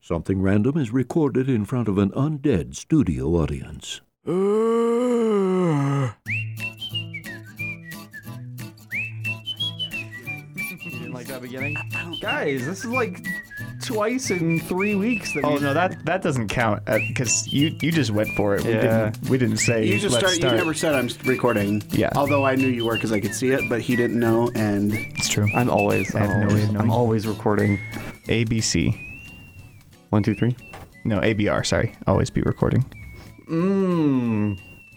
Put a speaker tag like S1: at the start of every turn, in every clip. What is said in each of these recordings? S1: Something random is recorded in front of an undead studio audience.
S2: You didn't like that beginning?
S3: Guys, this is like twice in three weeks. That
S2: Oh
S3: we-
S2: no, that that doesn't count because you you just went for it. We
S3: Yeah.
S2: didn't we didn't say
S4: You just
S2: let's
S4: start,
S2: start.
S4: You never said I'm recording.
S2: Yeah.
S4: Although I knew you were because I could see it, but he didn't know. And
S2: It's true.
S3: I'm always,
S2: have
S3: I'm
S2: no
S3: always,
S2: idea.
S3: I'm always recording.
S2: ABC.
S3: One, two, three.
S2: No, ABR. Sorry, always be recording.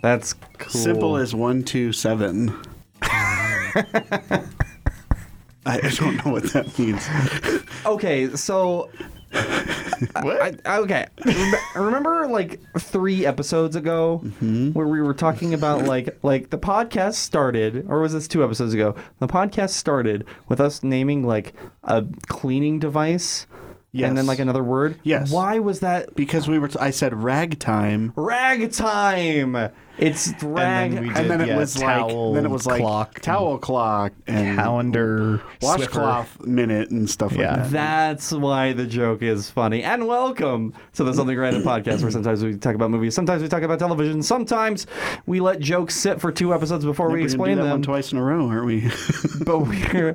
S3: That's cool.
S4: simple as one two seven. I I don't know what that means.
S3: Okay, so
S2: What?
S3: I, okay, Rem- remember like three episodes ago
S2: Mm-hmm.
S3: where we were talking about like like the podcast started, or was this two episodes ago? The podcast started with us naming like a cleaning device, and then
S4: Yes.
S3: like another word.
S4: Yes.
S3: Why was that
S4: Because we were, t- I said ragtime,
S3: rag time? It's rag.
S2: we
S4: and then it
S2: Yeah,
S4: was
S2: towel
S4: like, then it was like
S2: clock.
S4: towel clock and
S2: Calendar. Swiffer.
S4: washcloth minute and stuff
S2: Yeah.
S4: like that.
S3: That's why the joke is funny. And welcome to the Something Random podcast, where sometimes we talk about movies, sometimes we talk about television, sometimes we let jokes sit for two episodes before we
S4: We're gonna do
S3: explain
S4: that
S3: them.
S4: one twice in a row, aren't we?
S3: But we're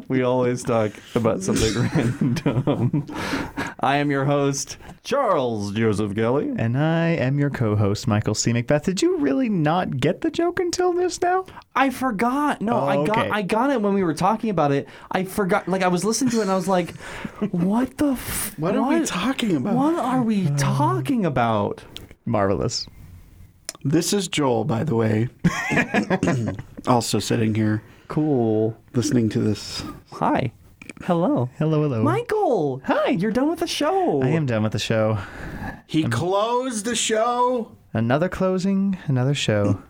S3: we always talk about something random. I am your host, Charles Joseph Kelly.
S2: And I am your co-host, Michael C. Macbeth. Did you really not get the joke until this now?
S3: I forgot. No,
S2: Oh,
S3: I got
S2: okay.
S3: I got it when we were talking about it. I forgot. Like I was listening to it and I was like, "What the? F-
S4: What are we talking about? Uh.
S3: What are we talking about?"
S2: Marvelous.
S4: This is Joel, by the way. also sitting here
S3: Cool.
S4: listening to this.
S3: Hi. Hello.
S2: Hello, hello.
S3: Michael. Hi. You're done with the show.
S2: I am done with the show.
S4: He closed the show.
S2: Another closing, another show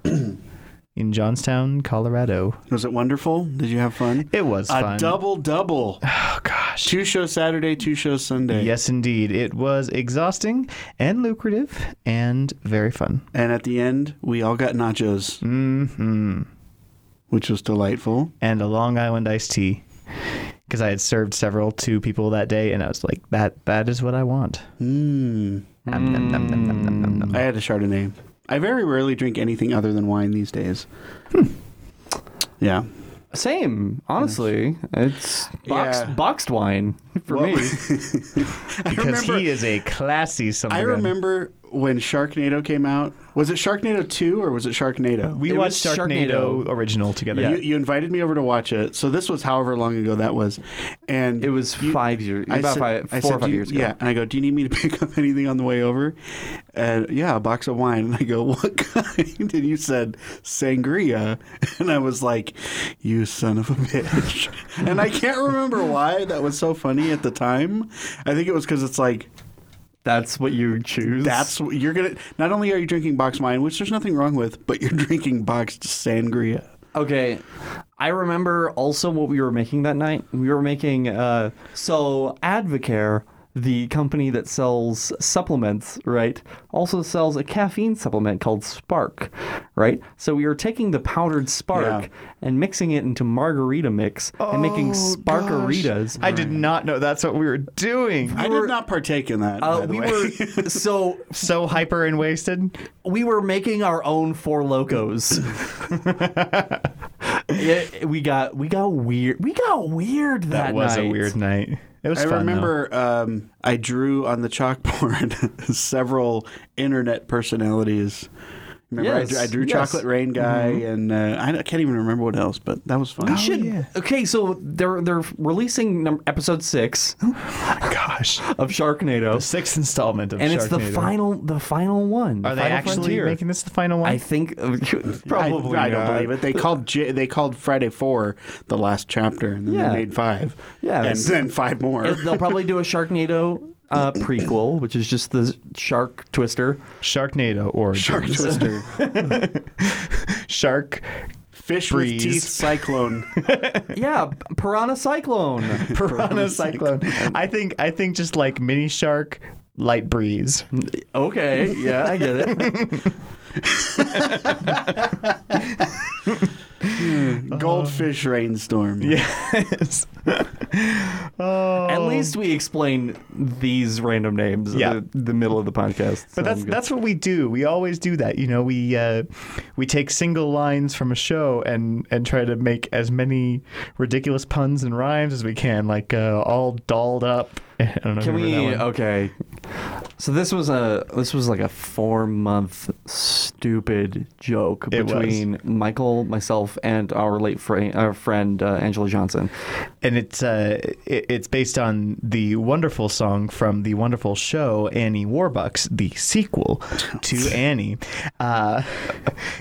S2: in Johnstown, Colorado.
S4: Was it wonderful? Did you have fun?
S2: It was
S4: a
S2: fun.
S4: double double.
S2: Oh gosh.
S4: Two shows Saturday, two shows Sunday.
S2: Yes, indeed. It was exhausting and lucrative and very fun.
S4: And at the end, we all got nachos,
S2: hmm
S4: which was delightful.
S2: And a Long Island iced tea. Because I had served several to people that day, and I was like, "That that is what I want."
S3: Hmm.
S4: Mm.
S2: Nom, nom, nom, nom, nom, nom, nom, nom.
S4: I had a Chardonnay. I very rarely drink anything other than wine these days.
S2: Hmm.
S4: Yeah.
S3: Same. Honestly, it's boxed,
S4: Yeah.
S3: boxed wine for
S4: Well,
S3: me.
S2: Because
S4: remember-
S2: he is a classy son.
S4: I
S2: of a gun.
S4: remember when Sharknado came out. Was it Sharknado 2 or was it Sharknado?
S2: we
S3: it
S2: watched
S3: was
S2: Sharknado, original together.
S4: You, you invited me over to watch it. So this was however long ago that was, and
S3: It was
S4: you-
S3: five years, about
S4: said-
S3: five,
S4: I
S3: four or five
S4: said, "Do you-
S3: years ago.
S4: Yeah, and I go, do you need me to pick up anything on the way over? And yeah, a box of wine. And I go, what kind? And you said sangria, and I was like, you son of a bitch. and I can't remember why that was so funny at the time. I think it was because it's like.
S3: That's what you choose.
S4: That's what you're gonna. Not only are you drinking boxed wine, which there's nothing wrong with, but you're drinking boxed sangria.
S3: Okay. I remember also what we were making that night. We were making uh so Advocare, the company that sells supplements, right, also sells a caffeine supplement called Spark, right? So we were taking the powdered Spark
S4: Yeah.
S3: and mixing it into margarita mix and making Sparkaritas.
S2: I did not know that's what we were doing.
S4: I
S3: were-
S4: did not partake in that. by
S3: Uh,
S4: the
S3: we
S4: way.
S3: were so
S2: so hyper and wasted.
S3: we were making our own four locos. Yeah, we got we got weird. We got weird that,
S2: That was a
S3: night.
S2: weird night. It was
S4: I
S2: fun. though.
S4: remember um, I drew on the chalkboard several internet personalities. Remember,
S3: Yes,
S4: I, drew, I drew
S3: yes.
S4: Chocolate Rain Guy, and uh, I don't- can't even remember what else, but that was fun.
S3: We should.
S2: Oh, yeah.
S3: Okay, so they're they're releasing num- episode six
S2: Oh Gosh,
S3: of Sharknado,
S2: sixth installment of
S3: and it's the
S2: Sharknado.
S3: final the final one. the
S2: Are they
S3: final
S2: actually
S3: frontier.
S2: making this the final one?
S3: I think
S4: I,
S3: probably.
S4: I don't
S3: not.
S4: believe it. They called J- they called Friday Four the last chapter, and then
S3: Yeah.
S4: they made five,
S3: Yeah,
S4: and
S3: it's-
S4: then five more.
S3: They'll probably do a Sharknado uh, prequel, which is just the shark twister.
S2: Sharknado or
S4: Shark Twister,
S2: Shark
S4: Fish
S2: Breeze.
S4: with Teeth Cyclone.
S3: Yeah, Piranha Cyclone.
S2: Piranha Cyclone. I think I think just like mini shark, light breeze.
S3: Okay, yeah, I get it.
S4: Goldfish rainstorm.
S2: Yes. oh.
S3: At least we explain these random names
S2: Yeah.
S3: in the, the middle of the podcast.
S2: But that's that's what we do. We always do that. You know, we uh, we take single lines from a show and and try to make as many ridiculous puns and rhymes as we can, like uh, all dolled up. I don't know.
S3: Can
S2: remember
S3: we?
S2: that one.
S3: Okay. So this was a this was like a four month stupid joke
S2: It was.
S3: between Michael, myself, and our late fri our friend uh, Angela Johnson.
S2: and it's uh, it, it's based on the wonderful song from the wonderful show Annie Warbucks, the sequel to Annie, uh,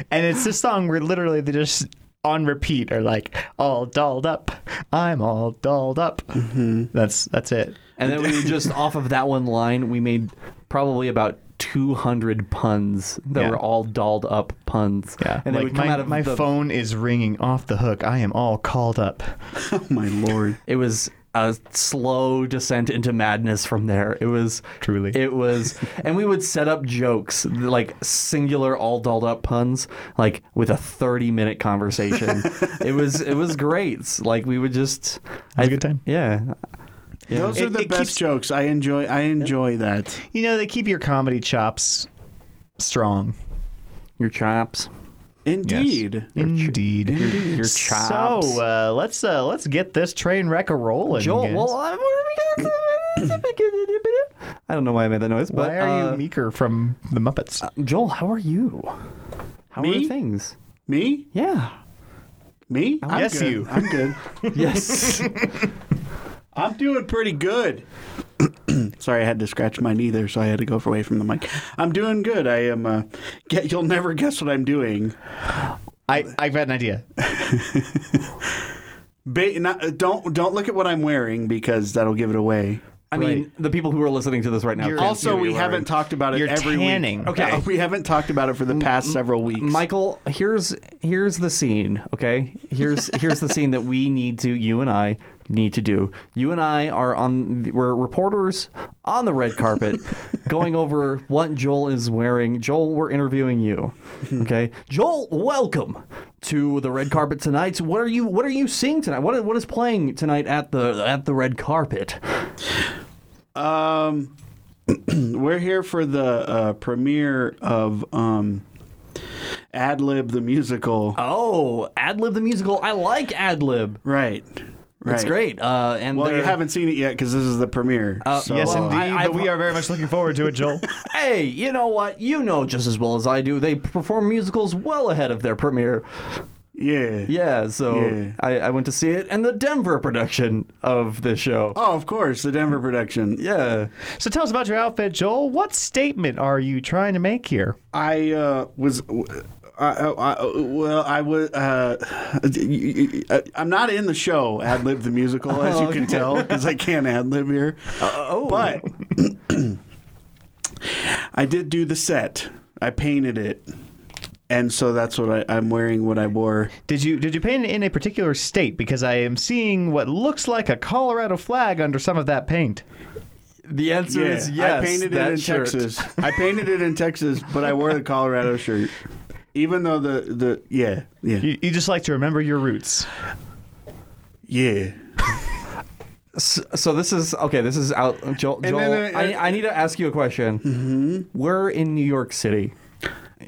S2: and it's this song where literally they just on repeat are like all dolled up. I'm all dolled up. That's that's it.
S3: And then we would just off of that one line, we made probably about 200 puns that
S2: Yeah.
S3: were all dolled up puns.
S2: Yeah,
S3: And they
S2: like
S3: would come
S2: my,
S3: out of
S2: my
S3: the,
S2: phone is ringing off the hook. I am all called up.
S4: Oh my lord.
S3: It was a slow descent into madness from there. It was
S2: Truly.
S3: It was, and we would set up jokes like singular, all dolled up puns, like with a thirty-minute conversation. it was it was great. Like we would just,
S2: It was a good time.
S3: yeah. Yeah.
S4: Those are
S2: It-
S4: the
S2: it
S4: best
S2: keeps-
S4: jokes. I enjoy. I enjoy that.
S2: You know, they keep your comedy chops strong.
S3: Your chops,
S4: Indeed.
S2: Mm-hmm. Indeed.
S3: your chops.
S2: So uh, let's uh, let's get this train wreck a rolling.
S3: Joel,
S2: guys.
S3: well, uh, what are we gonna I don't know why I made that noise, but
S2: why are
S3: uh,
S2: you meeker from the Muppets?
S3: Joel, how are you? How
S4: Me?
S3: are things?
S4: Me?
S3: Yeah.
S4: Me? I'm
S2: Yes,
S4: good.
S2: you.
S4: I'm good.
S3: Yes.
S4: I'm doing pretty good. Sorry, I had to scratch my knee there, so I had to go away from the mic. I'm doing good. I am. Uh, get, you'll never guess what I'm doing.
S2: I I've had an idea.
S4: Ba- not, uh, don't don't look at what I'm wearing because that'll give it away.
S3: I mean, the people who are listening to this right now.
S2: You're-
S3: can't see
S4: Also,
S3: what
S4: we
S3: you're
S4: haven't
S3: wearing.
S4: talked about it
S2: You're
S4: every
S2: tanning.
S4: week.
S3: Okay.
S4: No, we haven't talked about it for the past several weeks.
S3: Michael, here's here's the scene, okay? Here's here's the scene that we need to you and I need to do. You and I are on we're reporters on the red carpet going over what Joel is wearing. Joel, we're interviewing you. Okay? Joel, welcome to the red carpet tonight. What are you what are you seeing tonight? What what is playing tonight at the at the red carpet?
S4: Um, we're here for the uh, premiere of um, Ad Lib the musical.
S3: Oh, Ad Lib the musical. I like Ad Lib.
S4: Right. Right.
S3: It's great. Uh and
S4: Well, you
S3: they're-
S4: haven't seen it yet because this is the premiere.
S3: Uh,
S4: so-
S2: yes,
S3: Well,
S2: indeed.
S3: I-
S2: but
S3: I've-
S2: we are very much looking forward to it, Joel.
S3: Hey, you know what? You know just as well as I do. They perform musicals well ahead of their premiere.
S4: Yeah.
S3: Yeah, so
S4: Yeah.
S3: I, I went to see it and the Denver production of the show.
S4: Oh, of course, the Denver production.
S3: Yeah.
S2: so tell us about your outfit, Joel. What statement are you trying to make here?
S4: I uh, was. I, I, I- well, I was. Uh, I'm not in the show ad lib the musical, as you can tell, because I can't ad lib here.
S3: Oh.
S4: But I did do the set. I painted it, and so that's what I, I'm wearing. What I wore.
S2: Did you did you paint it in a particular state? Because I am seeing what looks like a Colorado flag under some of that paint.
S3: the answer is yes.
S4: I painted it
S3: that
S4: in
S3: shirt.
S4: Texas. I painted it in Texas, but I wore the Colorado shirt, even though the the yeah yeah
S2: You, you just like to remember your roots.
S4: yeah.
S3: So, so this is okay. This is out, Joel. Joel
S4: then, uh, Mm-hmm.
S3: I, I need to ask you a question. We're in New York City,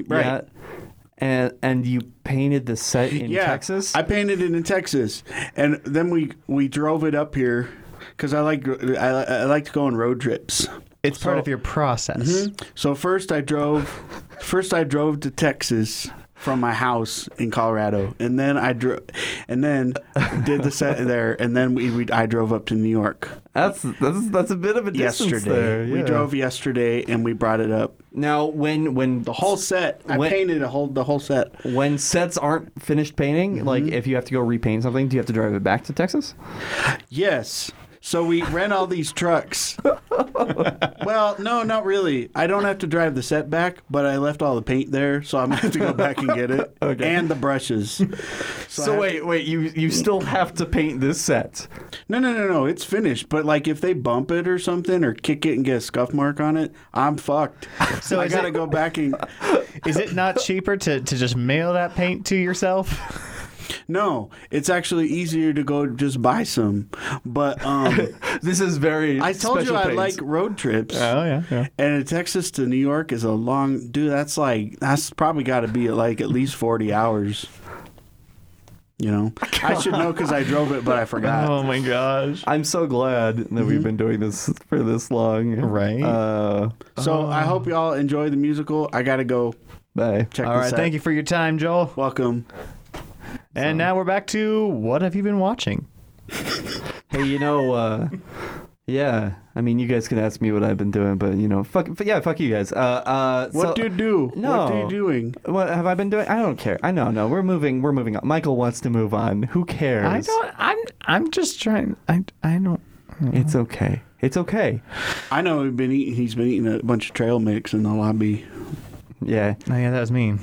S4: Right.
S3: yeah? And and you painted the set in
S4: yeah,
S3: Texas.
S4: I painted it in Texas, and then we we drove it up here because I like I, I like to go on road trips.
S2: It's part of your process.
S4: So first I drove, first I drove to Texas from my house in Colorado, and then I drove, and then did the set there, and then we, we I drove up to New York
S3: that's that's that's a bit of a distance
S4: yesterday.
S3: there.
S4: We
S3: yeah.
S4: drove yesterday, and we brought it up.
S3: now when when
S4: The whole set. I
S3: When-
S4: painted a whole the whole set.
S3: when sets aren't finished painting, like if you have to go repaint something, do you have to drive it back to Texas?
S4: Yes. So we rent all these trucks. well, no, not really. I don't have to drive the set back, but I left all the paint there, so I'm gonna have to go back and get it,
S3: Okay.
S4: and the brushes. So, I
S3: So
S4: have-
S3: wait, wait, you you still have to paint this set.
S4: no, no, no, no. It's finished. But like, if they bump it or something, or kick it and get a scuff mark on it, I'm fucked. So I
S2: is
S4: gotta
S2: it- mm-hmm.
S4: go back and.
S2: Is it not cheaper to, to just mail that paint to yourself?
S4: No, it's actually easier to go just buy some. But um,
S3: This is very.
S4: I told you
S3: special
S4: I
S3: pains.
S4: like road trips.
S2: Oh yeah, yeah.
S4: And Texas to New York is a long dude. That's like that's probably got to be like at least forty hours. You know, I should know because I drove it, but I forgot.
S2: Oh my gosh.
S3: I'm so glad that we've been doing this for this long.
S2: Right.
S3: Uh,
S4: So I hope y'all enjoy the musical. I gotta go
S3: bye.
S4: check
S2: All
S4: this
S2: right,
S4: out.
S2: thank you for your time, Joel.
S4: Welcome.
S2: And now we're back to what have you been watching?
S3: Hey, you know, uh, yeah. I mean, you guys can ask me what I've been doing, but you know, fuck, f- yeah, fuck you guys. Uh, uh,
S4: What do
S3: so-
S4: you do? What are
S3: No.
S4: you doing?
S3: What have I been doing? I don't care. I know, no. We're moving. We're moving on. Michael wants to move on. Who cares?
S2: I don't. I'm. I'm just trying. I. I don't.
S3: It's okay. It's okay.
S4: I know he's been eating. He's been eating a bunch of trail mix in the lobby.
S3: Yeah,
S2: Oh, yeah, that was me.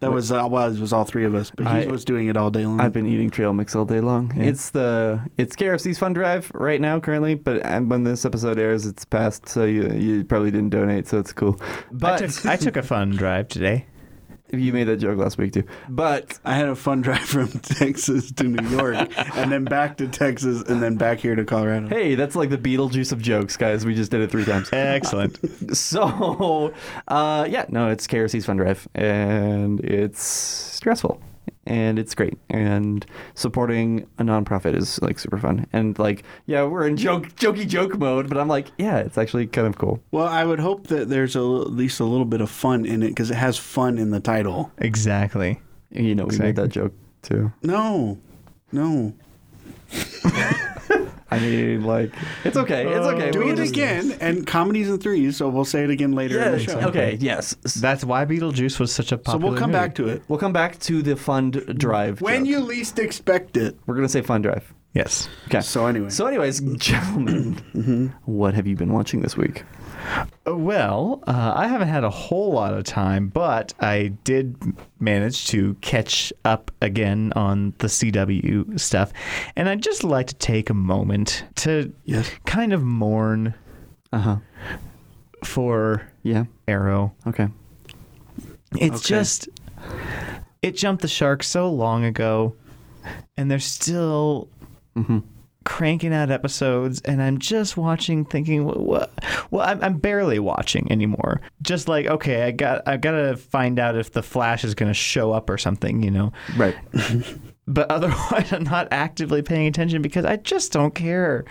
S4: That was uh, well, it was all three of us, but
S3: I-
S4: he was doing it all day long.
S2: Mm-hmm.
S3: I've been eating trail mix all day long. It's the it's KFC's Fun Drive right now currently, but um, when this episode airs, it's past, so you you probably didn't donate, so it's cool. But
S2: I took, I took a fun drive today.
S3: you made that joke last week too. But
S4: I had a fun drive from Texas to New York, and then back to Texas, and then back here to Colorado.
S3: hey, that's like the Beetlejuice of jokes, guys. We just did it three times.
S2: Excellent.
S3: so uh, yeah no it's krc's fun drive and it's stressful and it's great and supporting a nonprofit is like super fun and like yeah we're in joke jokey joke mode but i'm like yeah it's actually kind of cool
S4: Well, I would hope that there's a, at least a little bit of fun in it because it has fun in the title.
S2: exactly.
S3: you know we made
S2: Exactly.
S3: that joke too
S4: No, no.
S3: i mean like it's okay it's okay
S4: Do
S3: We
S4: it
S3: Oh, just-
S4: again, and comedies in threes, so we'll say it again later in the
S3: yes.
S4: show.
S3: okay yes S-
S2: That's why Beetlejuice was such a
S4: So
S2: popular.
S4: we'll come
S2: movie.
S4: back to it
S3: we'll come back to the fund drive
S4: when
S3: joke.
S4: you least expect it.
S3: we're gonna say fund drive
S2: Yes.
S3: okay
S4: So anyway,
S3: so anyways gentlemen what have you been watching this week
S2: Uh, Well, uh, I haven't had a whole lot of time, but I did manage to catch up again on the CW stuff, and I'd just like to take a moment to
S4: Yes.
S2: kind of mourn
S3: uh-huh
S2: for
S3: yeah
S2: Arrow.
S3: Okay.
S2: It's just it jumped the shark so long ago, and they're still cranking out episodes, and I'm just watching, thinking, what? Well, I'm, I'm barely watching anymore. Just like, okay, I got I gotta find out if the Flash is gonna show up or something, you know.
S3: Right.
S2: But otherwise, I'm not actively paying attention because I just don't care.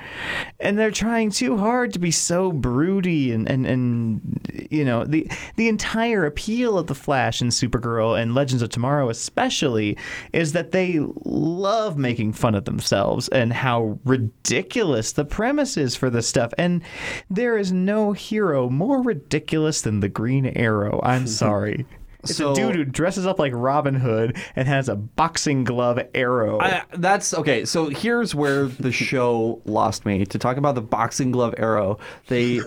S2: And they're trying too hard to be so broody and, and, and you know, the the entire appeal of The Flash and Supergirl and Legends of Tomorrow, especially, is that they love making fun of themselves and how ridiculous the premise is for this stuff. And there is no hero more ridiculous than the Green Arrow. I'm sorry. It's
S3: So-
S2: a dude who dresses up like Robin Hood and has a boxing glove arrow.
S3: I, that's okay. So here's where the show lost me. To talk about the boxing glove arrow, they.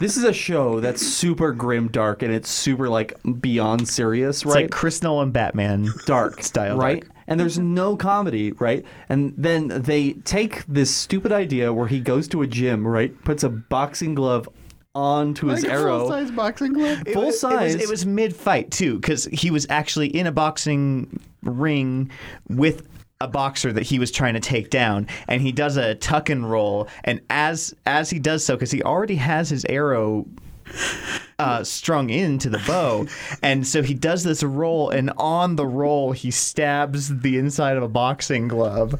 S3: this is a show that's super grim, dark, and it's super like beyond serious,
S2: it's
S3: right?
S2: like Chris Nolan Batman
S3: dark
S2: style,
S3: right?
S2: dark.
S3: And there's no comedy, right? And then they take this stupid idea where he goes to a gym, right? Puts a boxing glove onto his arrow.
S4: size boxing glove.
S2: It
S3: Full
S2: was- it was-
S3: size.
S2: It was, mid fight too, because he was actually in a boxing ring with a boxer that he was trying to take down, and he does a tuck and roll, and as as he does so, because he already has his arrow. Uh, strung into the bow, and so he does this roll, and on the roll he stabs the inside of a boxing glove,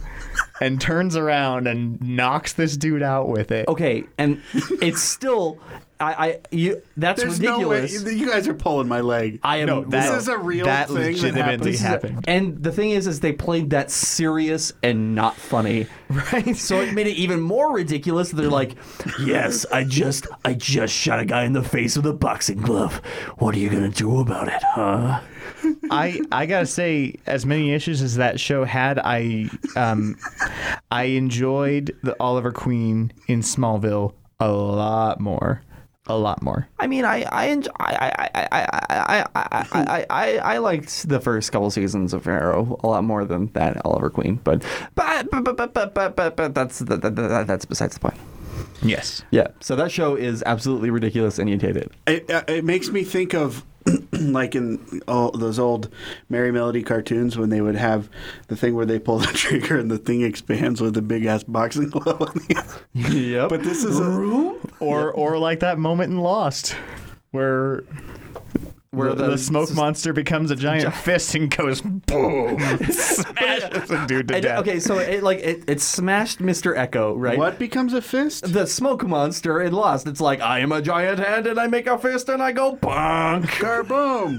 S2: and turns around and knocks this dude out with it.
S3: Okay, and it's still. I, I you that's
S4: There's
S3: ridiculous.
S4: no way. You guys are pulling my leg.
S3: I am
S2: No,
S4: this
S2: that-
S4: is a real
S2: that
S4: thing
S2: legitimately
S4: that happens.
S2: happened.
S3: And the thing is, is they played that serious and not funny, right? So it made it even more ridiculous. They're like, "Yes, I just, I just shot a guy in the face with a boxing glove. What are you gonna do about it, huh?"
S2: I I gotta say, as many issues as that show had, I um, I enjoyed the Oliver Queen in Smallville a lot more, a lot more.
S3: I mean, I, I, enj- I, I, I, I, I, I, I, I, I liked the first couple seasons of Arrow a lot more than that Oliver Queen, but, but, but, but, but, but, but, but that's that, that, that, that's besides the point.
S2: Yes.
S3: Yeah. So that show is absolutely ridiculous, and you hate it.
S4: It, uh, it makes me think of like in all those old Merry Melody cartoons when they would have the thing where they pull the trigger and the thing expands with a big ass boxing glove on the end.
S3: yep.
S4: But this is a
S2: or or like that moment in Lost, where
S3: Where
S2: the,
S3: the-
S2: smoke monster becomes a giant fist and goes boom, smashes the dude to
S3: I d-
S2: death.
S3: okay, so it like it, it smashed Mr. Echo, right?
S4: what becomes a fist?
S3: The smoke monster in Lost. It's like I am a giant hand and I make a fist and I go bonk.
S4: Carboom.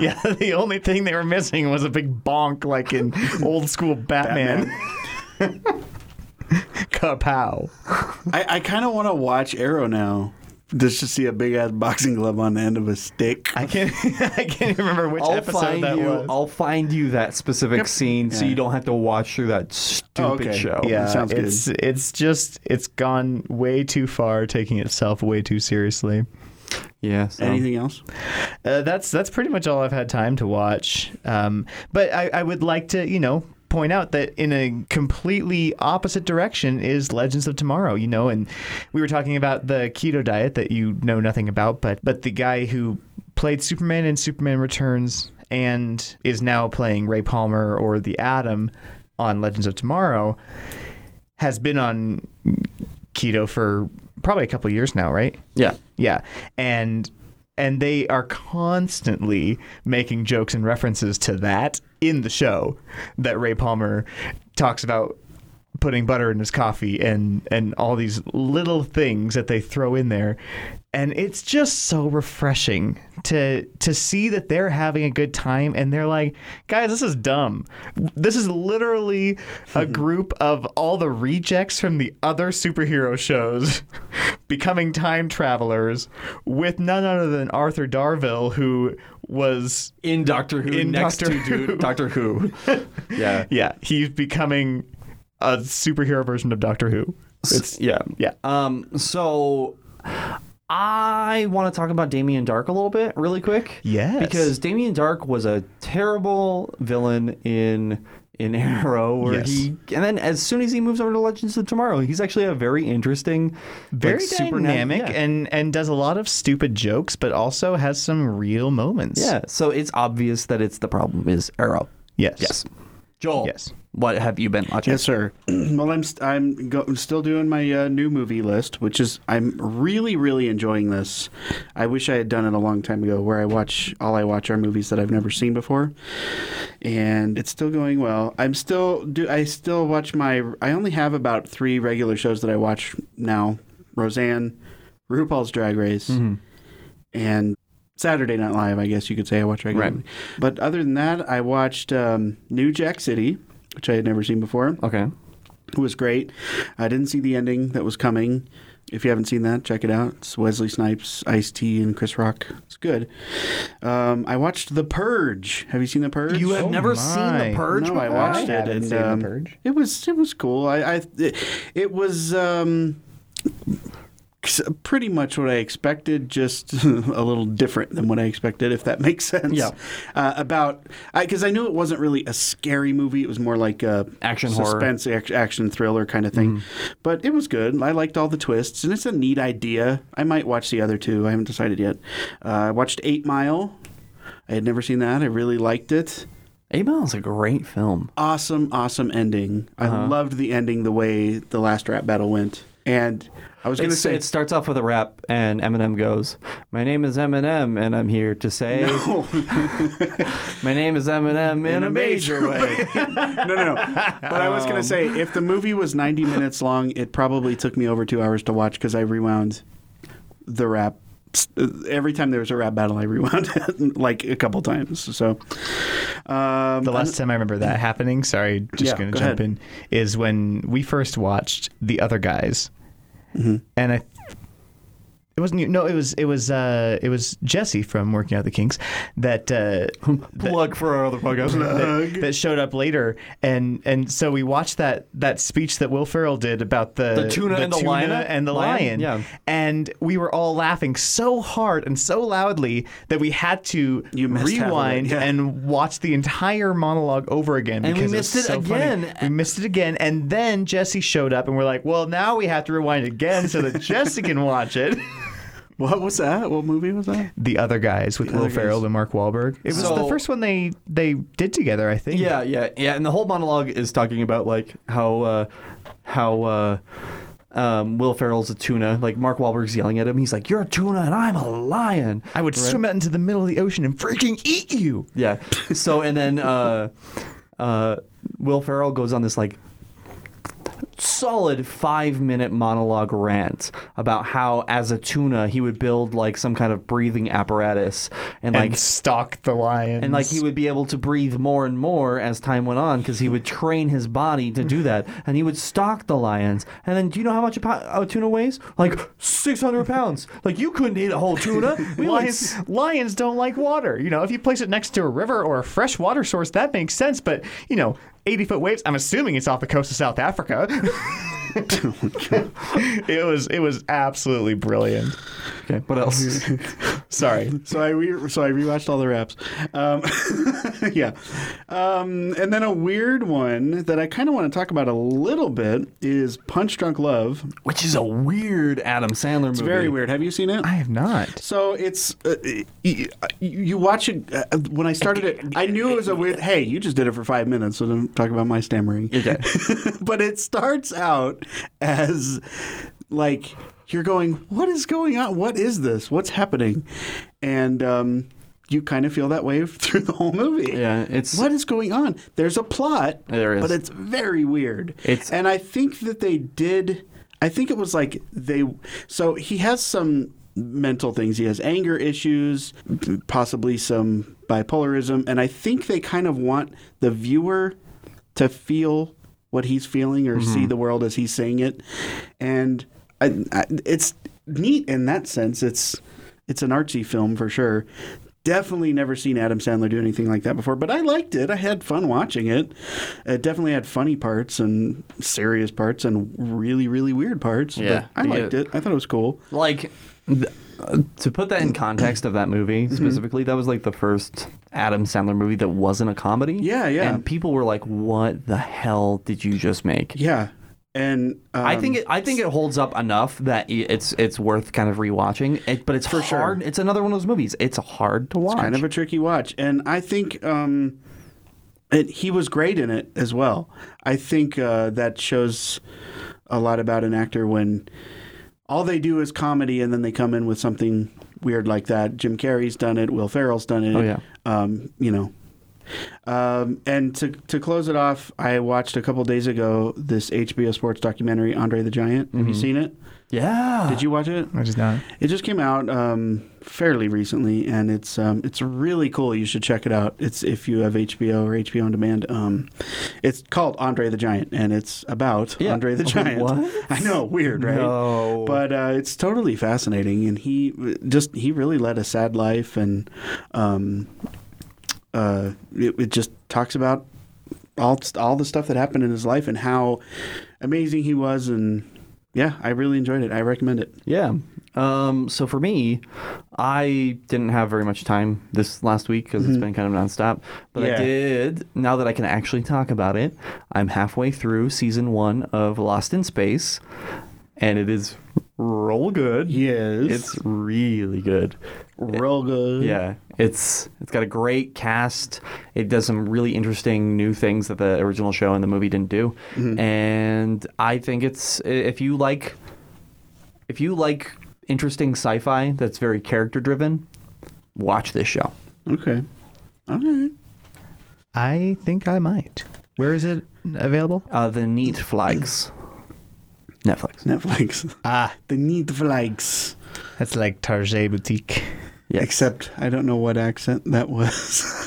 S2: Yeah, the only thing they were missing was a big bonk like in old school Batman. Kapow.
S4: I, I kind of want to watch Arrow now. Just to see a big ass boxing glove on the end of a stick.
S2: I can't. I can't even remember which
S3: I'll
S2: episode
S3: find
S2: that
S3: you.
S2: was.
S3: I'll find you that specific scene so you don't have to watch through that stupid
S4: Oh, okay.
S3: show.
S4: Yeah. sounds good.
S2: it's it's just it's gone way too far, taking itself way too seriously.
S3: Yeah. so-
S4: Anything else?
S2: Uh, that's that's pretty much all I've had time to watch. Um, but I, I would like to, you know, point out that in a completely opposite direction is Legends of Tomorrow. You know, and we were talking about the keto diet that you know nothing about, but but the guy who played Superman in Superman Returns and is now playing Ray Palmer or the Atom on Legends of Tomorrow has been on keto for probably a couple years now, right?
S3: Yeah.
S2: Yeah, and and they are constantly making jokes and references to that in the show that Ray Palmer talks about putting butter in his coffee and and all these little things that they throw in there and it's just so refreshing to to see that they're having a good time and they're like guys this is dumb this is literally a group of all the rejects from the other superhero shows becoming time travelers with none other than Arthur Darville who was
S3: In Doctor Who.
S2: In
S3: next
S2: Doctor
S3: to
S2: Who.
S3: Dude, Doctor Who. yeah.
S2: yeah he's becoming a superhero version of Doctor Who it's
S3: Yeah.
S2: yeah
S3: Um. So. I want to talk about Damien Dark a little bit, really quick.
S2: Yes.
S3: Because Damien Dark was a terrible villain in in Arrow, where
S2: Yes.
S3: he and then as soon as he moves over to Legends of Tomorrow, he's actually a very interesting,
S2: very
S3: like, supernat-
S2: dynamic
S3: yeah.
S2: and and does a lot of stupid jokes, but also has some real moments.
S3: Yeah, so it's obvious that it's the problem is Arrow.
S2: Yes.
S3: Yes. Joel.
S2: Yes.
S3: What have you been watching?
S4: Yes, sir. well, I'm st- I'm, go- I'm still doing my uh, new movie list, which is I'm really really enjoying this. I wish I had done it a long time ago, where I watch all I watch are movies that I've never seen before, and it's still going well. I'm still do I still watch my I only have about three regular shows that I watch now: Roseanne, RuPaul's Drag Race, and Saturday Night Live, I guess you could say I watch regularly.
S3: Right.
S4: But other than that, I watched um, New Jack City, which I had never seen before.
S3: Okay.
S4: It was great. I didn't see the ending that was coming. If you haven't seen that, check it out. It's Wesley Snipes, Ice T, and Chris Rock. It's good. Um, I watched The Purge. Have you seen The Purge?
S3: You have
S2: Oh
S3: never seen
S2: my.
S3: The Purge?
S4: No, I
S3: before?
S4: watched
S2: I
S4: it,
S2: haven't
S4: and
S2: seen The
S4: um,
S2: Purge.
S4: it was it was cool. I, I it, it was um, pretty much what I expected, just a little different than what I expected, if that makes sense.
S3: Yeah.
S4: Uh, about because I, knew it wasn't really a scary movie; it was more like a
S3: Action horror. Mm-hmm.
S4: suspense, ac- action thriller kind of thing. But it was good. I liked all the twists, and it's a neat idea. I might watch the other two. I haven't decided yet. Uh, I watched Eight Mile. I had never seen that. I really liked it
S3: Eight Mile is a great film.
S4: awesome, awesome ending.
S3: Uh-huh.
S4: I loved the ending, the way the last rap battle went. And I was going to
S3: It's,
S4: say,
S3: it starts off with a rap, and Eminem goes, "My name is Eminem, and I'm here to say, my name is Eminem in a major way." Um.
S4: no, no, no. But I was going to say, if the movie was 90 minutes long, it probably took me over two hours to watch because I rewound the rap. uh, Every time there was a rap battle, I rewound it like a couple times. So, um,
S2: The last time I remember that happening, sorry, just
S4: Yeah,
S2: going
S4: go
S2: to jump
S4: ahead.
S2: in, is when we first watched The Other Guys.
S4: Mm-hmm.
S2: And I it wasn't you. No, it was it was uh it was Jesse from Working Out the Kinks that uh
S3: Plug for our other podcast.
S2: that, that showed up later and and so we watched that that speech that Will Ferrell did about the
S3: The tuna and the
S2: tuna
S3: lion?
S2: and the
S3: Lion?
S2: lion,
S3: Yeah.
S2: and we were all laughing so hard and so loudly that we had to
S4: You missed half of it,
S2: rewind
S4: yeah.
S2: and watch the entire monologue over again
S3: And we
S2: because
S3: missed
S2: it's
S3: it
S2: so funny.
S3: again.
S2: we missed it again and then Jesse showed up and we're like well now we have to rewind again so that Jesse can watch it
S4: What was that? What movie was that?
S2: The Other Guys with Will
S4: Other
S2: Ferrell
S4: Guys.
S2: and Mark Wahlberg. It was the
S3: So-
S2: first one they they did together, I think.
S3: Yeah, yeah, yeah. And the whole monologue is talking about like how uh, how uh, um, Will Ferrell's a tuna. Like Mark Wahlberg's yelling at him. He's like, "You're a tuna and I'm a lion."
S2: I would swim out into the middle of the ocean and freaking eat you.
S3: Yeah. So and then uh, uh, Will Ferrell goes on this like solid five minute monologue rant about how as a tuna he would build like some kind of breathing apparatus and like
S2: and stalk the lions.
S3: and like he would be able to breathe more and more as time went on because he would train his body to do that and he would stalk the lions and then do you know how much a, po- a tuna weighs like 600 pounds like you couldn't eat a whole tuna we like,
S2: Lions, lions don't like water. You know, if you place it next to a river or a fresh water source, that makes sense. But, you know, 80 foot waves, I'm assuming it's off the coast of South Africa. it was it was absolutely brilliant.
S3: okay what else
S2: Sorry.
S4: So I re- so I rewatched all the raps. Um, yeah, um, and then a weird one that I kind of want to talk about a little bit is Punch Drunk Love.
S3: which is a weird adam sandler movie
S4: It's very weird. Have you seen it?
S2: I have not.
S4: So it's uh, y- y- you watch it. Uh, when I started it, I knew it was a weird. Hey, you just did it for five minutes, so don't talk about my stammering.
S3: Okay.
S4: but it starts out as like you're going, "What is going on? What is this? What's happening?" And um, you kind of feel that way through the whole movie.
S3: Yeah, it's-
S4: what is going on? There's a plot.
S3: There is.
S4: but it's very weird.
S3: It's-
S4: and I think that they did. I think it was like they. So he has some mental things. He has anger issues, possibly some bipolarism, and I think they kind of want the viewer to feel what he's feeling or
S3: Mm-hmm.
S4: see the world as he's saying it. And I, I, it's neat in that sense. It's it's an artsy film for sure. Definitely never seen Adam Sandler do anything like that before, but I liked it. I had fun watching it. It definitely had funny parts and serious parts and really, really weird parts.
S3: Yeah.
S4: But I liked it. I thought it was cool.
S3: like th- uh, to put that in context of that movie
S4: Mm-hmm.
S3: specifically that was like the first adam sandler movie that wasn't a comedy
S4: Yeah, yeah.
S3: and people were like what the hell did you just make
S4: Yeah. And um,
S3: I think it, I think it holds up enough that i- it's it's worth kind of rewatching. It, but it's for hard. It's another one of those movies. It's hard to watch.
S4: kind of a tricky watch. And I think um, it, he was great in it as well. I think uh, that shows a lot about an actor when all they do is comedy and then they come in with something weird like that. Jim Carrey's done it. Will Ferrell's done it.
S3: Oh, yeah.
S4: Um, you know. Um, and to to close it off, I watched a couple days ago this HBO Sports documentary, Andre the Giant. Have
S3: Mm-hmm.
S4: you seen it?
S3: yeah.
S4: Did you watch it?
S2: I just not.
S4: It just came out um, fairly recently, and it's um, it's really cool. You should check it out. It's if you have HBO or HBO on demand. Um, it's called Andre the Giant, and it's about
S3: Yeah.
S4: Andre the Giant.
S3: What?
S4: I know, weird, right?
S3: No.
S4: But uh, it's totally fascinating, and he just he really led a sad life, and um, uh, it, it just talks about all all the stuff that happened in his life and how amazing he was, and yeah, I really enjoyed it. I recommend it.
S3: Yeah. Um, so for me, I didn't have very much time this last week because it's been kind of nonstop. But
S4: Yeah.
S3: I did. Now that I can actually talk about it, I'm halfway through season one of Lost in Space, and it is roll good.
S4: Yes.
S3: It's really good.
S4: real good.
S3: Yeah,
S2: Mm-hmm.
S3: it's it's got a great cast. It does some really interesting new things that the original show and the movie didn't do.
S2: Mm-hmm.
S3: And I think it's if you like if you like interesting sci-fi that's very character driven, watch this show.
S4: Okay. All right.
S2: I think I might. Where is it available?
S3: Uh, the Neat Flags. Netflix.
S4: Netflix.
S2: Ah,
S4: The Netflix.
S2: that's like Target Boutique.
S3: Yes.
S4: Except I don't know what accent that was.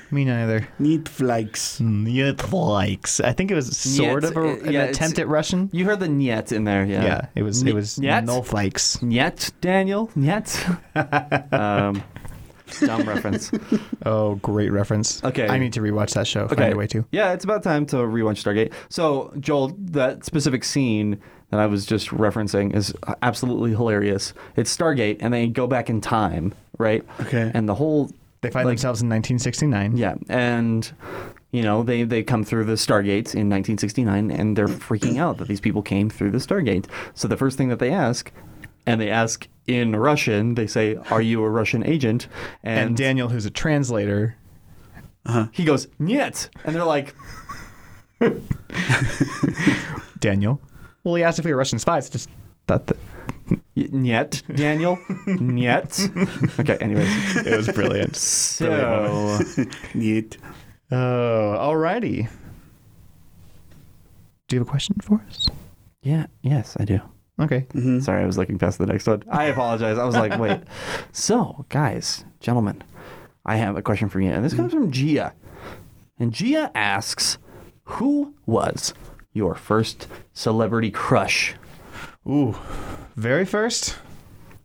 S2: Me neither.
S4: Netflix.
S2: Netflix. I think it was sort
S3: Niet-
S2: of a,
S3: uh,
S2: an
S3: yeah, it's-
S2: attempt at Russian.
S3: you heard the Niet in there, yeah.
S2: Yeah, it was.
S3: Ni-
S2: it was
S3: Niet?
S2: Netflix.
S3: Niet, Daniel. Niet. um, dumb reference.
S2: Oh, great reference.
S3: Okay.
S2: I need to rewatch that show. Find a way to.
S3: Yeah, it's about time to rewatch Stargate. So, Joel, that specific scene that I was just referencing is absolutely hilarious. It's Stargate, and they go back in time, right?
S4: Okay.
S3: And the whole
S2: They find themselves in 1969.
S3: yeah, and you know they they come through the Stargate in 1969, and they're freaking out that these people came through the Stargate. So the first thing that they ask and they ask in Russian, they say, Are you a Russian agent?
S2: And
S3: And,
S2: Daniel, who's a translator,
S3: he goes, Nyet. And they're like,
S2: Daniel. Well, he asked if we were Russian spies. Just thought that
S3: "Y- Nyet, Daniel. Nyet. Okay, anyways.
S2: it was brilliant.
S3: So,
S4: Neat.
S2: Oh, alrighty. Do you have a question for us?
S3: yeah, yes, I do.
S2: Okay.
S3: Sorry, I was looking past the next one. Mm-hmm. I apologize. I was like, wait. So, guys, gentlemen, I have a question for you. And this comes from Gia. And Gia asks, Who was your first celebrity crush?
S2: Ooh, very first.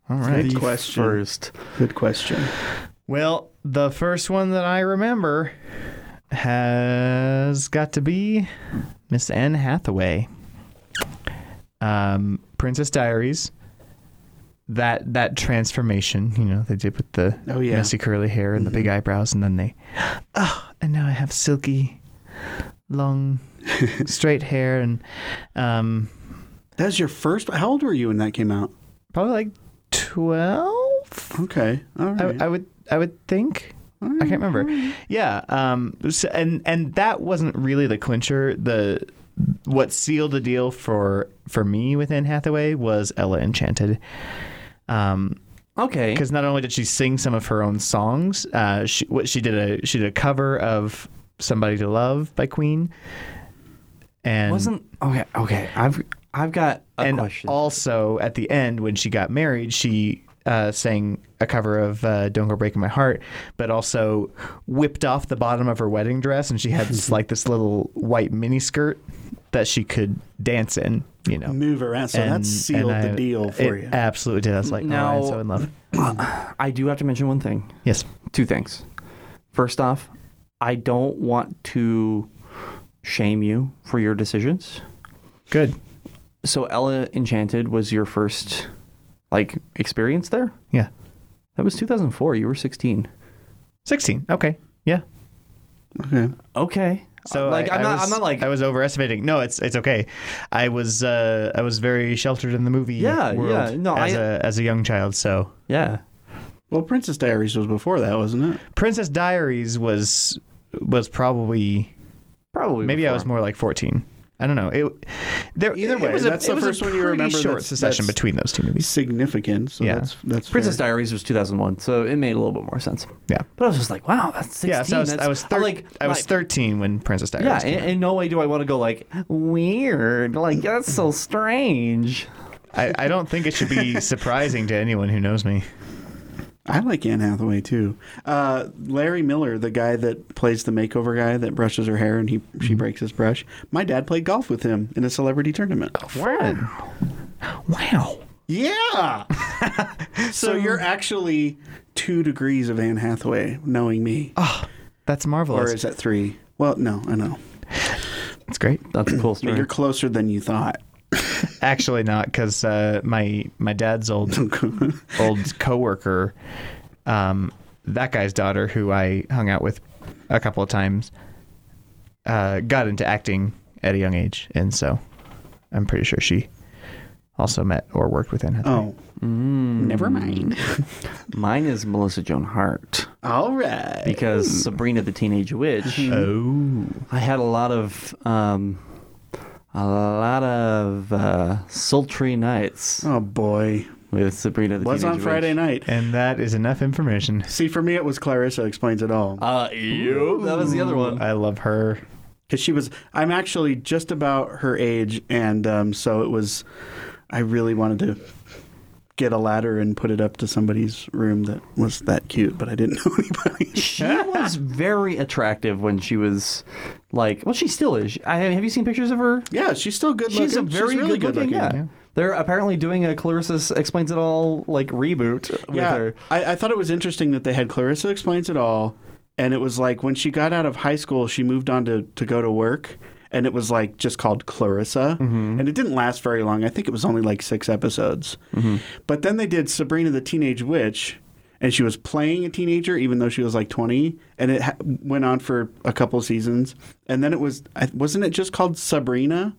S2: All right.
S4: The question.
S3: First.
S4: Good question.
S2: Well, the first one that I remember has got to be Miss Anne Hathaway. Um, Princess Diaries. That that transformation, you know, they did with the
S4: Oh, yeah. Mm-hmm.
S2: messy curly hair and the big eyebrows, and then they, oh, and now I have silky, long, straight hair, and um,
S4: That's your first. How old were you when that came out?
S2: probably like twelve.
S4: Okay. All right.
S2: I, I would I would think. I can't remember. Yeah, um, so- and and that wasn't really the clincher. The what sealed the deal for for me with Anne Hathaway was Ella Enchanted. Um,
S3: Okay.
S2: because not only did she sing some of her own songs, uh, she what she did a she did a cover of "Somebody to Love" by Queen, and
S3: Wasn't. Okay, okay. I've I've got a
S2: and
S3: question.
S2: also at the end when she got married she uh, sang a cover of uh, "Don't Go Breaking My Heart," but also whipped off the bottom of her wedding dress, and she had this, like this little white mini skirt that she could dance in. You know,
S4: Move around. So that
S2: And-
S4: sealed
S2: and
S4: the
S2: I-
S4: deal for
S2: it
S4: you.
S2: Absolutely did. I was like,
S3: Now-
S2: oh, I'm so in love.
S3: I do have to mention one thing.
S2: Yes.
S3: two things. First off, I don't want to shame you for your decisions.
S2: Good.
S3: So Ella Enchanted was your first like experience there?
S2: Yeah.
S3: That was 2004. You were 16.
S2: Sixteen. Okay. Yeah.
S4: okay.
S3: Okay.
S2: So
S3: Uh, like
S2: I,
S3: am
S2: I
S3: not
S2: was,
S3: I'm not like
S2: I was overestimating. No, it's it's okay. I was uh, I was very sheltered in the movie
S3: Yeah,
S2: world
S3: yeah. No,
S2: as
S3: I-
S2: a as a young child. So
S3: yeah.
S4: Well, Princess Diaries was before that, wasn't it?
S2: Princess Diaries was was probably
S3: Probably.
S2: maybe I
S3: before.
S2: was more like fourteen. I don't know. It there
S4: Either
S2: it
S4: way,
S2: was a-
S4: that's
S2: it
S4: the
S2: was a
S4: first one you
S2: pretty
S4: remember
S2: Short
S4: that's-
S2: succession
S4: that's-
S2: between those two movies.
S4: Significant. So
S2: Yeah.
S4: that's that's
S3: Princess
S4: fair.
S3: Diaries was 2001, so it made a little bit more sense.
S2: Yeah.
S3: But I was just like, wow, that's 16.
S2: Yeah, so I was,
S3: that's,
S2: I was,
S3: I'm
S2: thir-
S3: like
S2: I was
S3: my-
S2: thirteen when Princess Diaries.
S3: Yeah,
S2: came
S3: in,
S2: out.
S3: in no way do I want to go like weird. Like that's so strange.
S2: I, I don't think it should be surprising to anyone who knows me.
S4: I like Anne Hathaway too. Uh, Larry Miller, the guy that plays the makeover guy that brushes her hair and he she breaks his brush. My dad played golf with him in a celebrity tournament.
S2: Wow, wow.
S4: Yeah. so you're actually two degrees of Anne Hathaway, knowing me,
S2: That's
S4: or
S2: marvelous.
S4: is that three? Well, no, I know.
S2: it's great.
S3: That's a cool
S4: But
S3: story.
S4: you're closer than you thought.
S2: Actually, not because uh, my my dad's old old coworker, um, that guy's daughter, who I hung out with a couple of times, uh, got into acting at a young age, and so I'm pretty sure she also met or worked with Anne Hathaway.
S4: Oh, never mind.
S3: Mine is Melissa Joan Hart
S4: All right.
S3: because Sabrina the Teenage Witch.
S4: Mm-hmm. Oh.
S3: I had a lot of um, a lot of uh, sultry nights
S4: Oh boy,
S3: with Sabrina the
S4: was
S3: Teenage
S4: on Friday
S3: Witch.
S4: night.
S2: And that is enough information.
S4: See, for me, it was Clarissa explains it all.
S3: Uh, you. That was the other one.
S2: I love her.
S4: because she was i'm actually just about her age and um, so it was i really wanted to get a ladder and put it up to somebody's room that was that cute but i didn't know anybody
S3: She was very attractive when she was like, well, she still is. I, have you seen pictures of her?
S4: yeah she's still good
S3: She's a
S4: looking
S3: very
S4: she's really
S3: good looking. yeah. They're apparently doing a Clarissa explains it all like reboot with
S4: yeah
S3: her.
S4: I, I thought it was interesting that they had clarissa explains it all and it was like when she got out of high school she moved on to, to go to work and it was like just called Clarissa.
S3: Mm-hmm.
S4: And it didn't last very long. I think it was only like six episodes.
S3: Mm-hmm.
S4: But then they did Sabrina the Teenage Witch, and she was playing a teenager even though she was like 20. And it ha- went on for a couple seasons. And then it was, I- wasn't it just called Sabrina?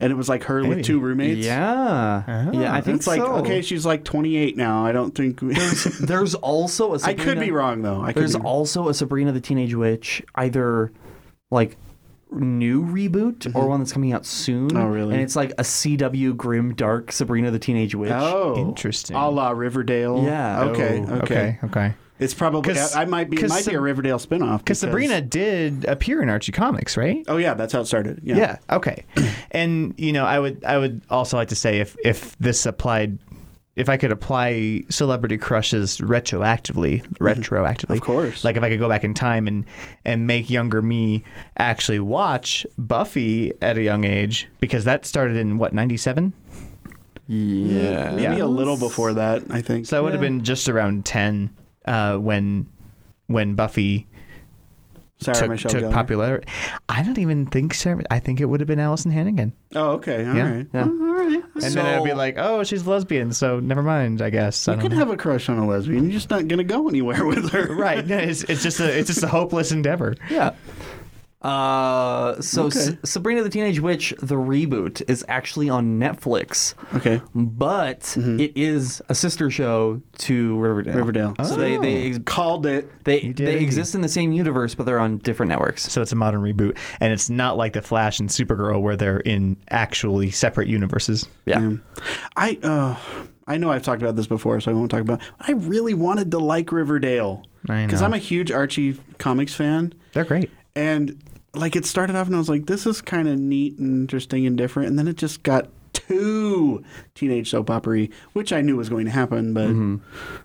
S4: and it was like her
S2: Maybe.
S4: with two roommates.
S3: Yeah.
S4: Ah,
S3: yeah, I think
S4: It's like
S3: so.
S4: okay, she's like 28 now. I don't think
S3: There's also a
S4: I
S3: Sabrina,
S4: could be wrong though. I could
S3: There's
S4: be wrong.
S3: also a Sabrina the Teenage Witch, either like new reboot or one that's coming out soon.
S4: Mm-hmm. Oh, really?
S3: And it's like a CW grim dark Sabrina the Teenage Witch.
S4: oh
S2: Interesting.
S4: A la Riverdale.
S3: Yeah.
S4: Okay.
S3: Oh,
S4: okay.
S2: Okay. Okay.
S4: It's probably
S2: 'Cause-
S4: I, I might be
S2: 'cause
S4: might be a
S2: Sab-
S4: Riverdale spinoff
S2: Because Sabrina did appear in Archie Comics, right?
S4: Oh yeah, that's how it started. Yeah.
S2: Yeah. Okay. and you know, I would I would also like to say if if this applied, if I could apply celebrity crushes retroactively, retroactively,
S4: Mm-hmm. Of course.
S2: Like if I could go back in time and and make younger me actually watch Buffy at a young age because that started in what ninety seven.
S3: yeah.
S4: Maybe a little before that, I think.
S2: So I would have
S3: Yeah.
S2: been just around ten uh, when when Buffy
S4: Sarah
S2: took,
S4: Michelle
S2: took
S4: Gellar.
S2: popularity. I don't even think Sarah. I think it would have been Allison Hannigan.
S4: Oh, okay. All right.
S3: Yeah.
S2: Yeah. And then I'd be
S3: So-
S2: like, oh, she's lesbian, so never mind, I guess. I
S4: You
S2: don't
S4: could
S2: know.
S4: have a crush on a lesbian. You're just not gonna go anywhere with her,
S2: right. No, it's, it's just a it's just a hopeless endeavor.
S3: Yeah. Uh, so
S4: Okay.
S3: S- Sabrina the Teenage Witch, the reboot, is actually on Netflix,
S4: Okay.
S3: but it is a sister show to Riverdale.
S4: Mm-hmm. Riverdale. Oh.
S3: So they they
S4: Called it.
S3: they,
S2: You did
S3: they
S2: it.
S3: exist in the same universe, but they're on different networks.
S2: So it's a modern reboot, and it's not like the Flash and Supergirl where they're in actually separate universes.
S3: Yeah.
S4: Yeah. I uh, I know I've talked about this before, so I won't talk about. I really wanted to like Riverdale
S2: I
S4: because
S2: know.
S4: I'm a huge Archie comics fan,
S2: They're great.
S4: and like it started off, and I was like, "This is kind of neat and interesting and different," and then it just got too teenage soap opery, which I knew was going to happen, but
S3: Mm-hmm.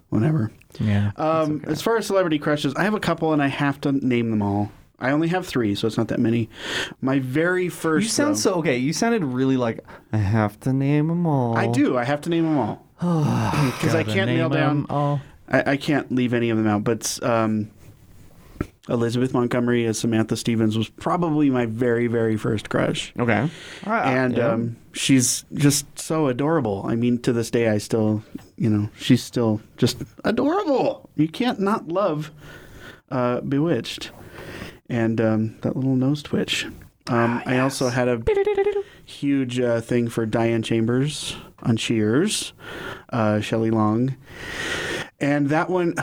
S4: whatever.
S2: Yeah.
S4: Um, As far as celebrity crushes, I have a couple, and I have to name them all. I only have three, so it's not that many. My very first.
S3: You sound
S4: though-
S3: so okay. You sounded really like I have to name them all.
S4: I do. I have to name them all because I
S2: Gotta
S4: can't nail
S2: name 'em
S4: down.
S2: all.
S4: I, I can't leave any of them out. But um, Elizabeth Montgomery as Samantha Stevens was probably my very very first crush,
S3: Okay.
S4: and
S3: Ah, yeah.
S4: um, she's just so adorable. I mean, to this day, I still, you know, she's still just adorable. You can't not love uh, Bewitched, and um, that little nose twitch. Um, I also had a huge uh, thing for Diane Chambers on Cheers, uh, Shelley Long. And that one,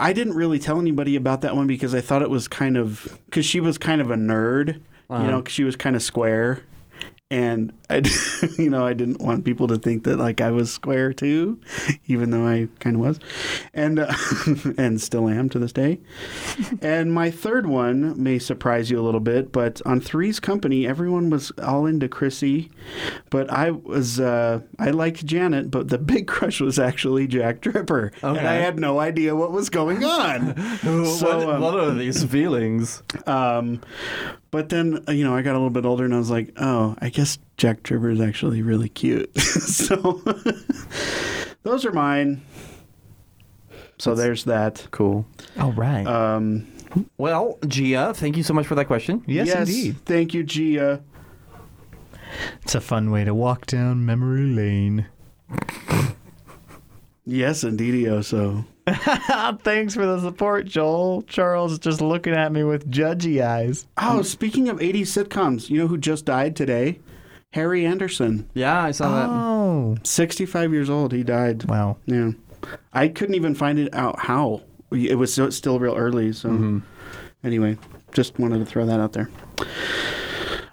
S4: I didn't really tell anybody about that one because I thought it was kind of, because she was kind of a nerd, you know, 'cause she was kind of square. And I, d- you know, I didn't want people to think that like I was square too, even though I kind of was, and uh, and still am to this day. And my third one may surprise you a little bit, but on Three's Company, everyone was all into Chrissy, but I was uh, I liked Janet, but the big crush was actually Jack Tripper, and I
S3: Okay.
S4: had no idea what was going on.
S3: So,
S4: um,
S3: what are these feelings?
S4: um, but then you know I got a little bit older and I was like, oh, I guess Jack Tripper is actually really cute. so those are mine. So there's that.
S3: Cool.
S2: All right.
S4: Um,
S3: Well, Gia, thank you so much for that question.
S2: yes, indeed.
S4: Thank you, Gia.
S2: It's a fun way to walk down memory lane.
S4: Yes, indeedio. So
S2: Ah, Thanks for the support, Joel. Charles is just looking at me with judgy eyes.
S4: Oh, speaking of 80s sitcoms, you know who just died today? Harry Anderson.
S3: Yeah, I saw
S4: Ah.
S3: that.
S2: Oh.
S4: 65 years old, he died.
S2: Wow.
S4: Yeah. I couldn't even find it out how. It was so, still real early, so anyway, just wanted to throw that out there.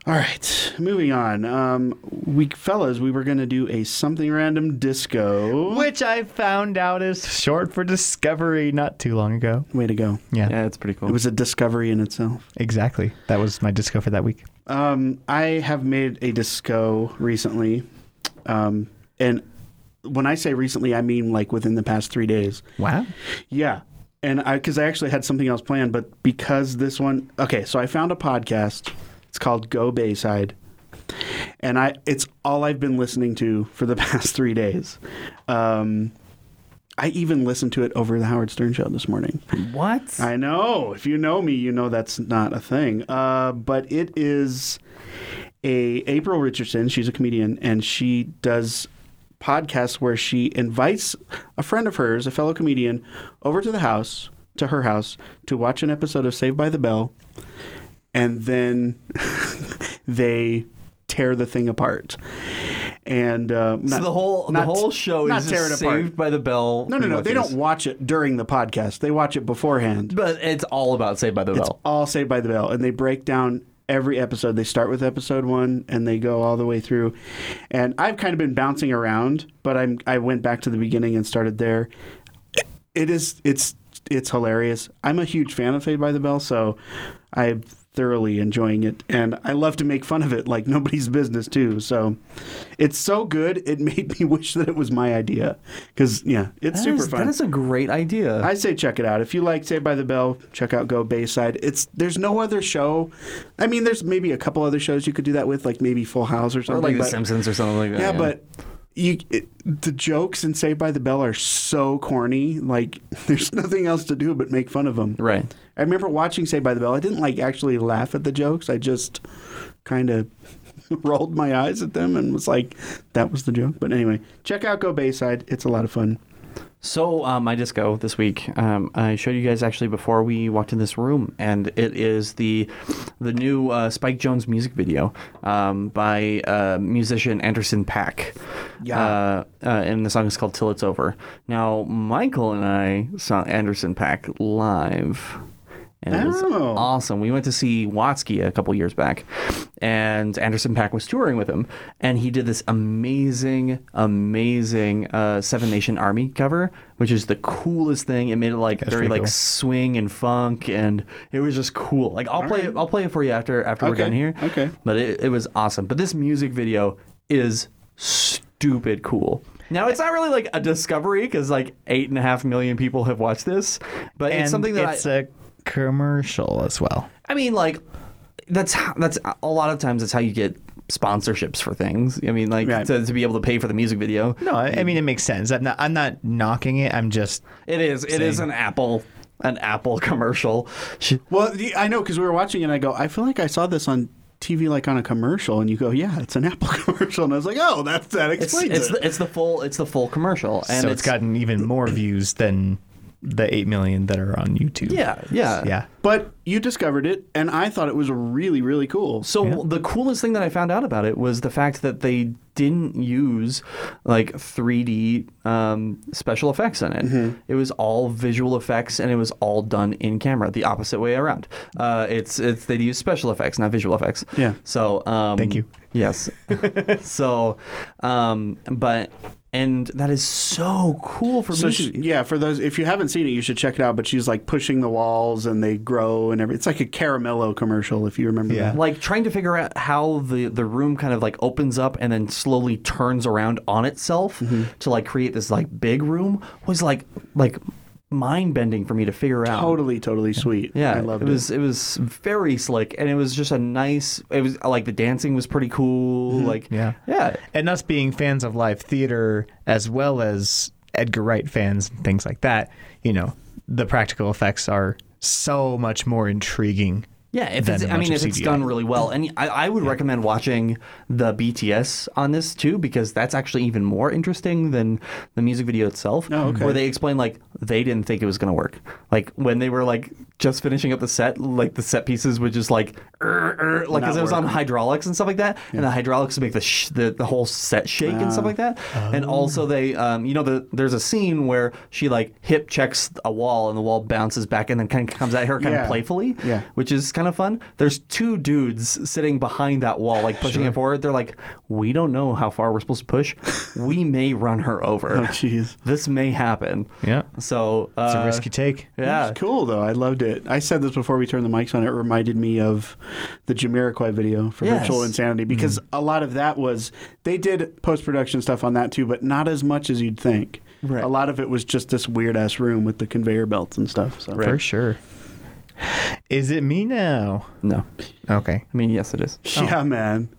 S4: All right, moving on. Um, we fellas, we were gonna do a something random disco.
S2: Which I found out is short for discovery not too long ago.
S4: Way to go!
S2: Yeah,
S3: Yeah, it's pretty cool.
S4: It was a discovery in itself.
S2: exactly. That was my disco for that week.
S4: Um, I have made a disco recently, um, and when I say recently, I mean like within the past three days.
S2: Wow.
S4: Yeah, and I because I actually had something else planned, but because this one, okay, so I found a podcast. It's called Go Bayside, and I it's all I've been listening to for the past three days. Um, I even listened to it over the Howard Stern show this morning.
S3: what?
S4: I know. If you know me, you know that's not a thing. Uh, but it is a April Richardson. She's a comedian, and she does podcasts where she invites a friend of hers, a fellow comedian, over to the house, to her house, to watch an episode of Saved by the Bell, and then they tear the thing apart. And uh,
S3: so
S4: not-
S3: the whole the
S4: not-
S3: whole show
S4: not
S3: is
S4: tear
S3: just
S4: it apart.
S3: saved by the bell.
S4: No, no, no. They
S3: rewatches.
S4: don't watch it during the podcast. They watch it beforehand.
S3: But it's all about Saved by the
S4: It's
S3: Bell.
S4: all Saved by the Bell, and they break down every episode. They start with episode one, and they go all the way through. And I've kind of been bouncing around, but I'm I went back to the beginning and started there. It is it's it's hilarious. I'm a huge fan of Saved by the Bell, so I'm thoroughly enjoying it, and I love to make fun of it like nobody's business too. So it's so good, it made me wish that it was my idea because yeah, it's
S3: That
S4: super
S3: is-
S4: fun.
S3: That is a great idea.
S4: I say check it out. If you like Saved by the Bell, check out Go Bayside. It's there's no other show. I mean, there's maybe a couple other shows you could do that with, like maybe Full House or
S3: or
S4: something.
S3: like The
S4: but-
S3: Simpsons or something like that.
S4: yeah, but you it, the jokes in Saved by the Bell are so corny. Like there's nothing else to do but make fun of them.
S3: right.
S4: I remember watching Saved by the Bell. I didn't like actually laugh at the jokes. I just kind of rolled my eyes at them and was like, "That was the joke." But anyway, check out Go Bayside. It's a lot of fun.
S3: So uh, my disco this week, um, I showed you guys actually before we walked in this room, and it is the the new uh, Spike Jones music video um, by uh, musician Anderson Pack.
S4: Yeah.
S3: Uh, uh, and the song is called "Till It's Over." Now Michael and I saw Anderson Pack live. And it was
S4: Oh.
S2: Mm-hmm.
S3: awesome. We went to see Watsky a couple years back, and Anderson Pack was touring with him, and he did this amazing, amazing uh, Seven Nation Army cover, which is the coolest thing. It made it like very
S2: pretty
S3: like
S2: cool.
S3: swing and funk, and it was just cool. Like I'll play,
S4: right.
S3: I'll play it for you after after we're
S4: Okay,
S3: done here.
S4: okay.
S3: But it, it was awesome. But this music video is stupid cool. Now it's not really like a discovery because like eight and a half million people have watched this, but
S2: and
S3: it's something that
S2: it's
S3: I,
S2: a commercial as well.
S3: I mean, like that's how, that's a lot of times that's how you get sponsorships for things. I mean, like
S4: Right.
S3: to, to be able to pay for the music video.
S2: No, I, I mean it makes sense. I'm not. I'm not knocking it. I'm just.
S3: It is it is an Apple an Apple commercial. Sh-
S4: Well, the- I know because we were watching it and I go, I feel like I saw this on TV like on a commercial and you go, yeah, it's an Apple commercial. And I was like, oh, that's that
S3: It's
S4: explains
S3: it's
S4: it.
S3: the, it's the full it's the full commercial and
S2: so it's gotten even more views than the eight million that are on YouTube.
S3: yeah yeah
S2: Yeah.
S4: but you discovered it and I thought it was really, really cool.
S3: So the coolest thing that I found out about it was the fact that they didn't use like 3D um, special effects in it.
S4: Mm-hmm.
S3: It was all visual effects and it was all done in camera, the opposite way around. Uh, it's it's they use special effects, not visual effects.
S4: Yeah.
S3: So um,
S2: Thank you.
S3: Yes. so, um, but and that is so cool for
S4: So
S3: me.
S4: she, yeah, for those if you haven't seen it, you should check it out. But she's like pushing the walls and they grow and everything. It's like a caramello commercial if you remember.
S2: Yeah.
S4: That.
S3: like trying to figure out how the the room kind of like opens up and then slowly turns around on itself
S4: Mm-hmm.
S3: to like create this like big room was like like mind bending for me to figure out.
S4: Totally, totally sweet.
S3: Yeah,
S4: I loved
S3: it was it. was very slick and it was just a nice. It was like the dancing was pretty cool.
S4: Mm-hmm.
S3: Like
S2: Yeah.
S3: yeah,
S2: And us being fans of live theater as well as Edgar Wright fans and things like that, you know, the practical effects are so much more intriguing.
S3: Yeah, if
S2: than
S3: it's,
S2: a
S3: I
S2: bunch
S3: mean,
S2: of
S3: if it's
S2: CGI.
S3: done really well, and I, I would recommend watching the BTS on this too, because that's actually even more interesting than the music video itself.
S4: Oh, okay.
S3: Where they explain like they didn't think it was going to work. Like when they were like just finishing up the set, like the set pieces would just like, er, er, like because it was on hydraulics and stuff like that, and the hydraulics would make the sh- the, the whole set shake and
S4: Ah.
S3: stuff like that. And
S4: Oh.
S3: also they, um, you know, the, there's a scene where she like hip checks a wall and the wall bounces back and then kind of comes at her kind
S4: Yeah.
S3: of playfully
S4: Yeah.
S3: which is kind of fun. There's two dudes sitting behind that wall, like pushing it forward. They're like, we don't know how far we're supposed to push. We may run her over.
S4: Oh, jeez.
S3: This may happen.
S2: Yeah.
S3: So uh,
S2: It's a risky take.
S3: Yeah.
S4: It's cool though. I loved it. I said this before we turned the mics on. It reminded me of the Jamiroquai video for
S3: Yes. Mm-hmm.
S4: Virtual Insanity because a lot of that was they did post production stuff on that too, but not as much as you'd think.
S3: Right.
S4: A lot of it was just this weird ass room with the conveyor belts and stuff. So
S2: For sure. Is it me now?
S3: No.
S2: Okay.
S3: I mean, yes, it is.
S4: yeah, man.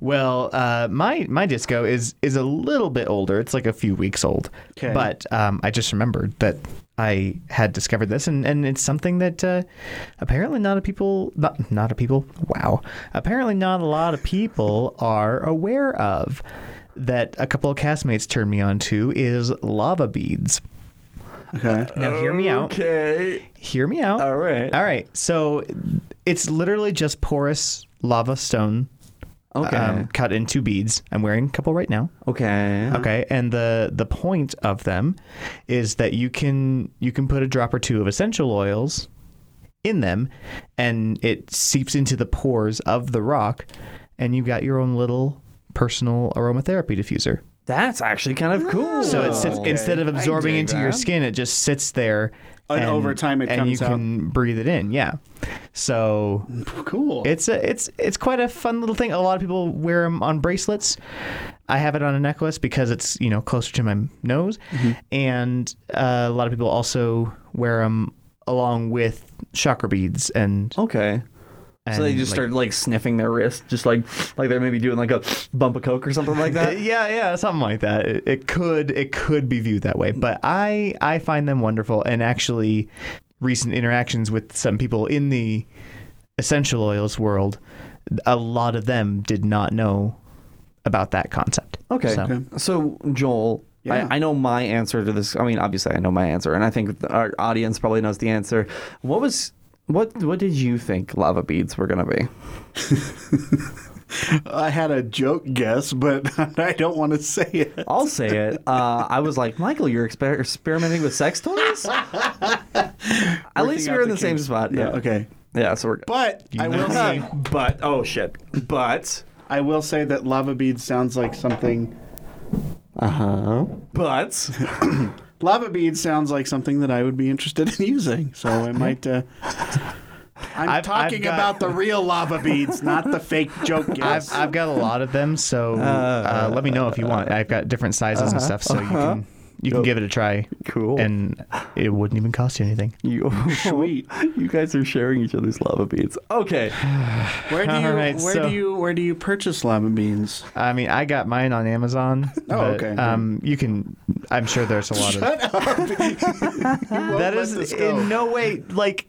S2: Well, uh, my my disco is is a little bit older. It's like a few weeks old.
S4: 'Kay.
S2: But um, I just remembered that I had discovered this, and, and it's something that uh, apparently not a people not not a people. Wow, apparently not a lot of people are aware of. That a couple of castmates turned me on to is lava beads.
S4: Okay.
S2: Now hear me out.
S3: Okay.
S2: Hear me out.
S3: All right.
S2: All right. So it's literally just porous lava stone
S3: Okay.
S2: um, cut into beads. I'm wearing a couple right now.
S4: Uh-huh.
S3: okay.
S2: Okay, and the the point of them is that you can you can put a drop or two of essential oils in them, and it seeps into the pores of the rock, and you got your own little personal aromatherapy diffuser.
S3: That's actually kind of cool.
S2: So it sits instead of
S4: I
S2: absorbing
S4: dig
S2: into your
S4: that.
S2: skin, it just sits there.
S4: And over time it
S2: and
S4: comes
S2: you
S4: out.
S2: can breathe it in. Yeah, so
S3: Uh,
S4: Cool.
S2: it's a it's it's quite a fun little thing. A lot of people wear them on bracelets. I have it on a necklace because it's you know closer to my nose,
S3: Mm-hmm.
S2: and uh, a lot of people also wear them along with chakra beads and.
S3: Okay. so they
S2: and,
S3: just
S2: like-
S3: start like sniffing their wrist, just like like they're maybe doing like a bump of coke or something like
S2: Uh,
S3: that.
S2: yeah, yeah, something like that. It, it could it could be viewed that way, but I I find them wonderful. And actually, recent interactions with some people in the essential oils world, a lot of them did not know about that concept.
S3: Okay.
S2: So-
S3: So Joel,
S4: Yeah.
S3: I, I know my answer to this. I mean, obviously, I know my answer, and I think th- our audience probably knows the answer. What was what what did you think lava beads were gonna be?
S4: I had a joke guess, but I don't want to say it.
S3: I'll say it. Uh, I was like, Michael, you're exper- experimenting with sex toys. At least we
S4: out
S3: were in the
S4: the
S3: same
S4: kinks.
S3: spot.
S4: Yeah,
S3: Yeah.
S4: okay.
S3: Yeah. So we're good.
S4: But I will say,
S3: but oh shit. But
S4: I will say that lava beads sounds like something.
S3: Uh-huh. but
S4: Lava bead sounds like something that I would be interested in using, so I might. Uh, I'm
S2: I've-
S4: talking
S2: I've got-
S4: about the real lava beads, not the fake joke
S2: I've,
S4: guess.
S2: I've got a lot of them, so uh, let me know if you want. I've got different sizes and stuff, so you can you can give it a try.
S3: Cool.
S2: And it wouldn't even cost you anything.
S3: you
S4: Sweet.
S3: you guys are sharing each other's lava beads. Okay.
S4: Where do you
S2: All right,
S4: where
S2: so-
S4: do you where do you purchase lava beans?
S2: I mean, I got mine on Amazon. Oh,
S4: okay.
S2: Um, you can. I'm sure there's a lot of. that
S4: let
S2: is
S4: this go.
S2: in no way like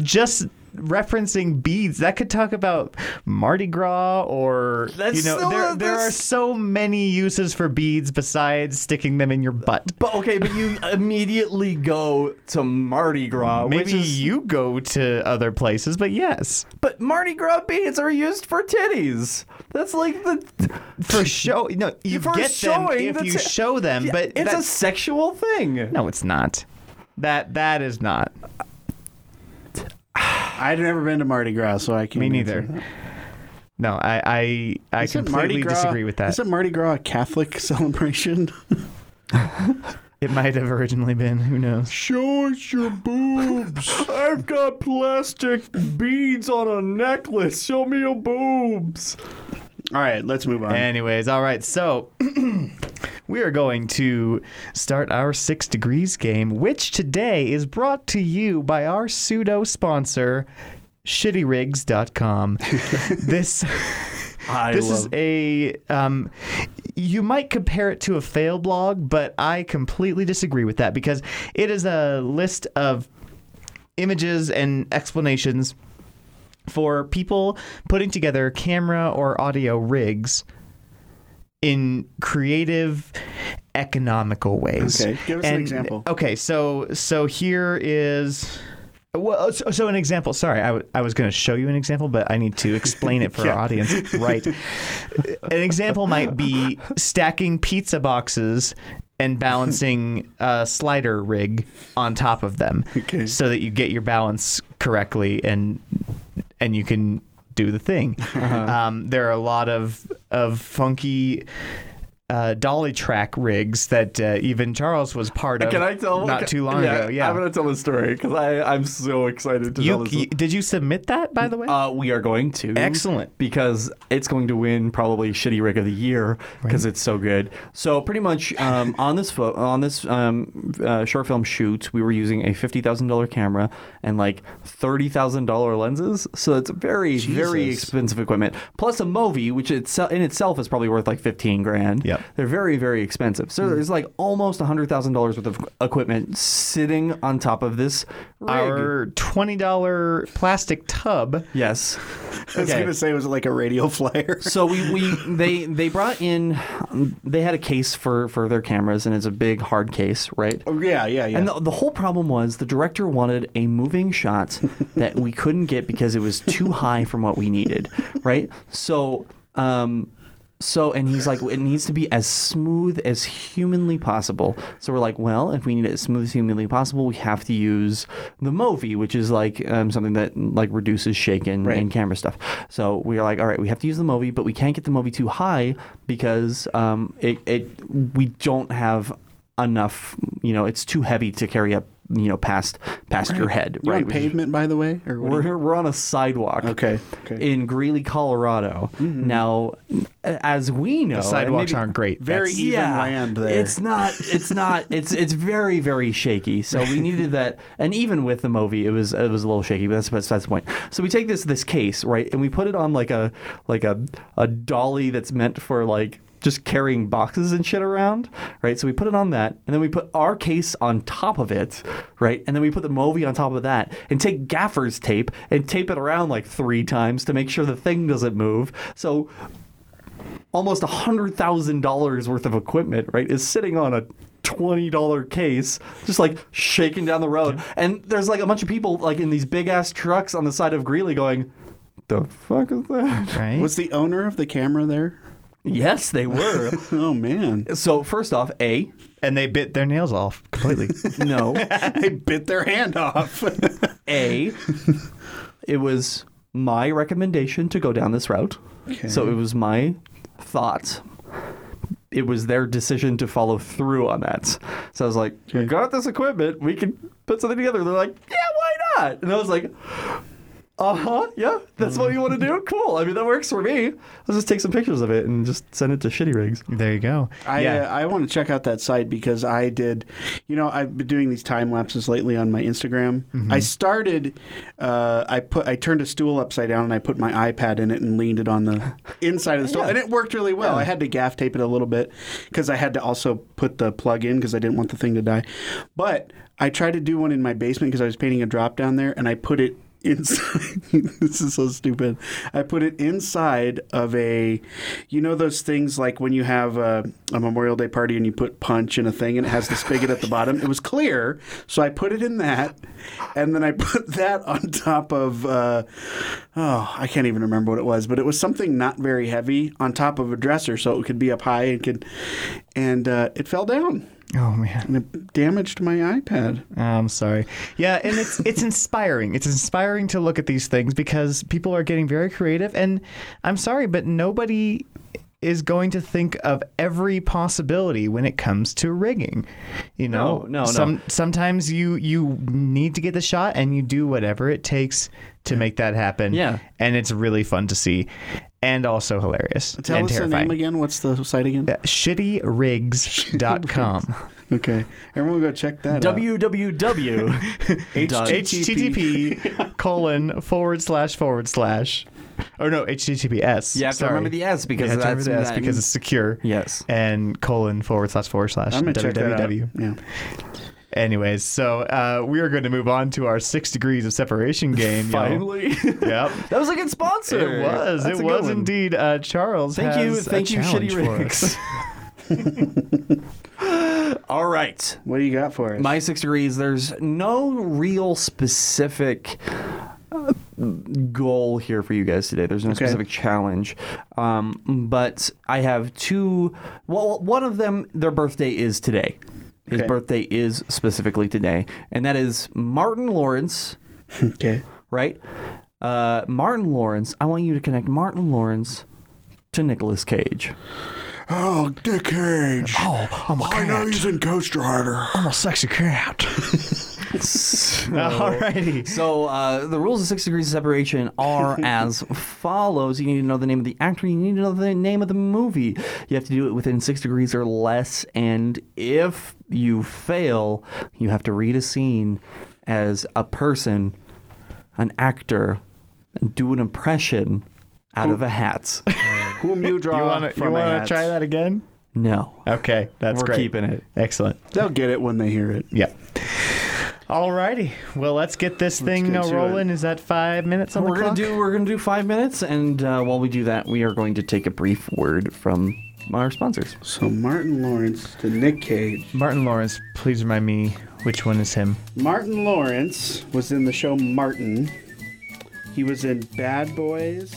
S2: just referencing beads that could talk about mardi gras or
S3: That's
S2: you know
S3: still
S2: there,
S3: a-
S2: there are
S3: that's-
S2: so many uses for beads besides sticking them in your butt
S3: But okay, but you immediately go to Mardi Gras, which
S2: maybe
S3: is
S2: you go to other places but yes
S3: but Mardi Gras beads are used for titties. That's like the
S2: for show no you
S3: For
S2: get them
S3: showing
S2: if
S3: the
S2: you
S3: ti-
S2: show them but
S3: it's a
S2: that's-
S3: sexual thing.
S2: no it's not that that is not
S4: I've never been to Mardi Gras, so I can't.
S2: me
S4: answer
S2: neither
S4: that.
S2: no i i i
S4: Isn't
S2: completely
S4: Mardi Gras-
S2: disagree with that
S4: Isn't Mardi Gras a Catholic celebration?
S2: it might have originally been who knows
S4: Show us your boobs.
S3: I've got plastic beads on a necklace. Show me your boobs.
S4: All right, let's move on.
S2: Anyways, all right. So we are going to start our six degrees game, which today is brought to you by our pseudo sponsor, shittyrigs.com. this.
S3: I
S2: This is
S3: love-
S2: a. Um, you might compare it to a fail blog, but I completely disagree with that because it is a list of images and explanations for people putting together camera or audio rigs in creative economical ways.
S4: Okay, give us an example.
S2: Okay, so so here is well, uh, so, so an example. Sorry, I, w- I was going to show you an example, but I need to explain it for our audience. Right, an example might be stacking pizza boxes and balancing a slider rig on top of them,
S4: Okay.
S2: so that you get your balance correctly and and you can do the thing.
S3: Uh-huh.
S2: Um, there are a lot of of funky. Uh, dolly track rigs that uh, even Charles was part of.
S3: Can I tell?
S2: Not too long ago. Yeah,
S3: I'm gonna tell the story because I I'm so excited to tell
S2: you,
S3: this.
S2: you- did you submit that by the way?
S3: Uh, we are going to.
S2: Excellent.
S3: Because it's going to win probably Shitty Rig of the Year because it's so good. So pretty much um, on this fo- on this um, uh, short film shoot, we were using a fifty thousand dollar camera and like thirty thousand dollar lenses. So it's very very
S4: Jesus.
S3: expensive equipment. Plus a Movi, which itse- in itself is probably worth like fifteen grand.
S2: Yep.
S3: They're very very expensive.
S4: Mm.
S3: So there's like almost hundred thousand dollars worth of equipment sitting on top of this rig.
S2: Our twenty dollar plastic tub.
S3: yes.
S4: I was gonna say, was it like a radio flyer?
S3: so we, we they they brought in they had a case for for their cameras and it's a big hard case right
S4: Oh, yeah, yeah, yeah.
S3: and the, the whole problem was the director wanted a moving shot that we couldn't get because it was too high from what we needed right so Um, so, and he's like, it needs to be as smooth as humanly possible. So we're like, well, if we need it as smooth as humanly possible, we have to use the Movi, which is like um, something that like reduces shake and, and camera stuff. So we're like, all right, we have to use the Movi, but we can't get the Movi too high because um, it, it we don't have enough. You know, it's too heavy to carry up. You know, past past your head,
S4: You're
S3: right?
S4: on
S3: Which is-
S4: pavement, by the way, or what do you-
S3: we're, we're on a sidewalk.
S4: Okay, okay. Mm-hmm.
S3: In Greeley, Colorado. Now, as we know, and
S2: Sidewalks
S3: maybe-
S2: aren't great.
S4: Very
S2: That's-
S4: even land there.
S3: It's not. It's not. It's it's very very shaky. So we needed that, and even with the Movi, it was it was a little shaky. But that's that's, that's the point. So we take this this case right, and we put it on like a like a a dolly that's meant for like just carrying boxes and shit around, right? So we put it on that, and then we put our case on top of it, right? And then we put the Movi on top of that, and take gaffer's tape and tape it around like three times to make sure the thing doesn't move. So almost $100,000 worth of equipment, right, is sitting on a $20 case, just like shaking down the road. And there's like a bunch of people like in these big ass trucks on the side of Greeley going, the fuck is that?
S2: Right?
S4: Was the owner of the camera there?
S3: Yes, they were.
S4: Oh man,
S3: so, first off, A,
S2: and they bit their nails off completely.
S3: no.
S4: they bit their hand off.
S3: A, it was my recommendation to go down this route. So, it was my thought. It was their decision to follow through on that. So I was like, we got this equipment. We can put something together. They're like, yeah, why not? And I was like, uh huh, yeah, that's what you want to do? Cool. I mean, that works for me. Let's just take some pictures of it and just send it to Shitty Rigs.
S2: there you go.
S4: I
S2: yeah.
S4: uh, I want to check out that site because I did, you know, I've been doing these time lapses lately on my Instagram. I started, uh, I put I turned a stool upside down and I put my iPad in it and leaned it on the inside of the stool
S3: Yeah.
S4: and it worked really well. I had to gaff tape it a little bit because I had to also put the plug in because I didn't want the thing to die. But I tried to do one in my basement because I was painting a drop down there and I put it. Inside, this is so stupid. I put it inside of a, you know, those things like when you have a, a Memorial Day party and you put punch in a thing and it has the spigot at the bottom. It was clear, so I put it in that, and then I put that on top of, uh, oh, I can't even remember what it was, but it was something not very heavy on top of a dresser, so it could be up high and could, and uh, it fell down
S2: oh man.
S4: and it damaged my iPad.
S2: I'm sorry. Yeah, and it's it's inspiring. It's inspiring to look at these things because people are getting very creative and I'm sorry, but nobody is going to think of every possibility when it comes to rigging. You know,
S3: No, no, no.
S2: sometimes you you need to get the shot and you do whatever it takes to make that happen.
S3: Yeah.
S2: And it's really fun to see and also hilarious
S4: Tell
S2: and
S4: us
S2: terrifying.
S4: the name again. What's the site again?
S2: Shittyrigs.com.
S4: Okay, everyone go check that out.
S3: www. dot-
S2: http colon forward slash forward slash or no https
S3: You have to
S2: sorry.
S3: remember the S because
S2: You have to
S3: that's-
S2: remember the S
S3: that-
S2: because it's secure
S3: Yes.
S2: and colon forward slash forward slash
S4: I'm gonna check that out.
S2: www
S4: Yeah.
S2: anyways so uh, we are going to move on to our six degrees of separation game y'all.
S3: Finally.
S2: yep
S3: that was a good sponsor.
S2: it was
S3: That's
S2: it
S3: a good
S2: was
S3: one.
S2: indeed uh, charles
S3: Thank you,
S2: has a
S3: thank you,
S2: challenge
S3: Shitty
S2: for us.
S3: Rigs. All right,
S4: What do you got for us?
S3: my six degrees. There's no real specific uh, goal here for you guys today. There's no specific challenge, um, but I have two. Well, one of them, their birthday is today. His
S4: Okay.
S3: birthday is specifically today, and that is Martin Lawrence
S4: okay.
S3: right? Uh, Martin Lawrence. I want you to connect Martin Lawrence to Nicolas Cage.
S4: Oh, Dick Cage.
S2: oh i'm a
S4: I know he's in Ghost Rider.
S2: i'm a sexy cat alrighty
S3: So uh, the rules of six degrees of separation are as follows: you need to know the name of the actor, you need to know the name of the movie. You have to do it within six degrees or less, and if you fail, you have to read a scene as a person, an actor, and do an impression out of a hat.
S4: Whom you draw
S2: you want to
S4: from
S2: you
S4: a
S2: want
S4: hat.
S2: to try that again
S3: No,
S2: okay that's
S3: we're
S2: great
S3: keeping it.
S2: excellent
S4: They'll get it when they hear it.
S2: Yeah. Alrighty. Well, let's get this thing
S4: get
S2: uh,
S4: to it.
S2: rolling. Is that five minutes on
S3: We're
S2: the
S3: gonna
S2: clock?
S3: do we're gonna do five minutes, and uh, while we do that, we are going to take a brief word from our sponsors.
S4: So Martin Lawrence to Nick Cage.
S2: Martin Lawrence, please remind me which one is him.
S4: Martin Lawrence was in the show Martin. He was in Bad Boys.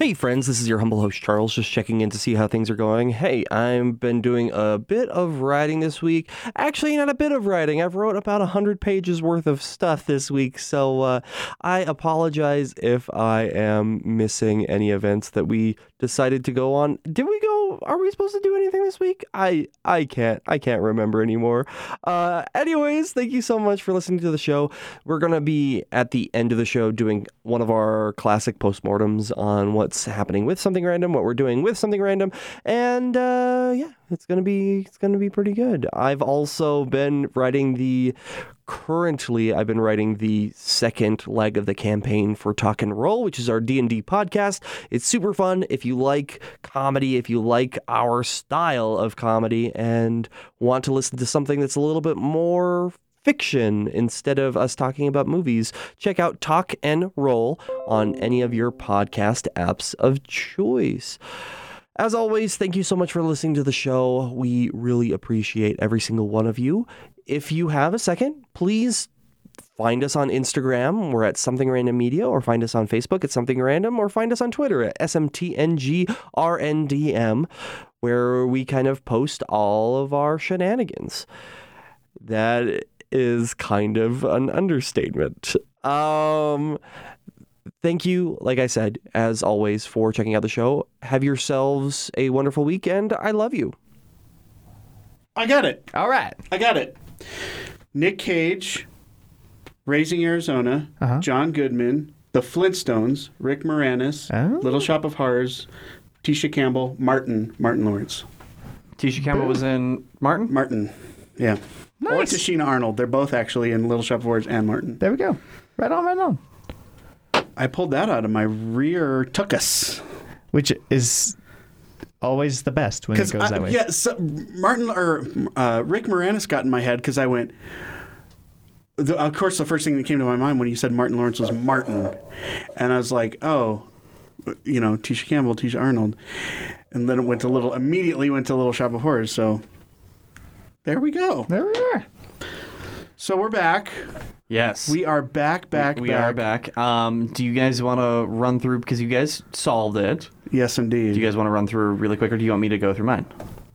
S5: Hey, friends, this is your humble host, Charles, just checking in to see how things are going. Hey, I've been doing a bit of writing this week. Actually, not a bit of writing. I've wrote about 100 pages worth of stuff this week, so uh, I apologize if I am missing any events that we decided to go on. Did we go? Are we supposed to do anything this week? I I can't I can't remember anymore. Uh, anyways, thank you so much for listening to the show. We're gonna be at the end of the show doing one of our classic postmortems on what's happening with something random, what we're doing with something random, and uh, yeah, it's gonna be it's gonna be pretty good. I've also been writing the currently i've been writing the second leg of the campaign for talk and roll which is our d&d podcast it's super fun if you like comedy if you like our style of comedy and want to listen to something that's a little bit more fiction instead of us talking about movies check out talk and roll on any of your podcast apps of choice as always, thank you so much for listening to the show. We really appreciate every single one of you. If you have a second, please find us on Instagram. We're at Something Random Media, or find us on Facebook at Something Random, or find us on Twitter at SMTNGRNDM, where we kind of post all of our shenanigans. That is kind of an understatement. Um, thank you, like I said, as always, for checking out the show. Have yourselves a wonderful weekend. I love you.
S4: I got it.
S2: All right.
S4: I got it. Nick Cage, Raising Arizona,
S2: Uh-huh.
S4: John Goodman, The Flintstones, Rick Moranis,
S2: Oh.
S4: Little Shop of Horrors, Tisha Campbell, Martin, Martin Lawrence.
S3: Tisha Campbell was in Martin.
S4: Martin. Yeah. Or
S2: Nice.
S4: Tashina Arnold. They're both actually in Little Shop of Horrors and Martin.
S2: There we go. Right on, right on.
S4: I pulled that out of my rear tuckus.
S2: Which is always the best when it goes
S4: I-
S2: that way.
S4: Yeah, so Martin or uh, Rick Moranis got in my head because I went. The, of course, the first thing that came to my mind when you said Martin Lawrence was Martin, and I was like, oh, you know, Tisha Campbell, Tisha Arnold, and then it went to little immediately went to Little Shop of Horrors. So there we go.
S2: There we are.
S4: So we're back.
S3: Yes.
S4: We are back, back,
S3: we
S4: back.
S3: are back. Um, do you guys want to run through because you guys solved it?
S4: Yes, indeed.
S3: Do you guys want to run through really quick, or do you want me to go through mine?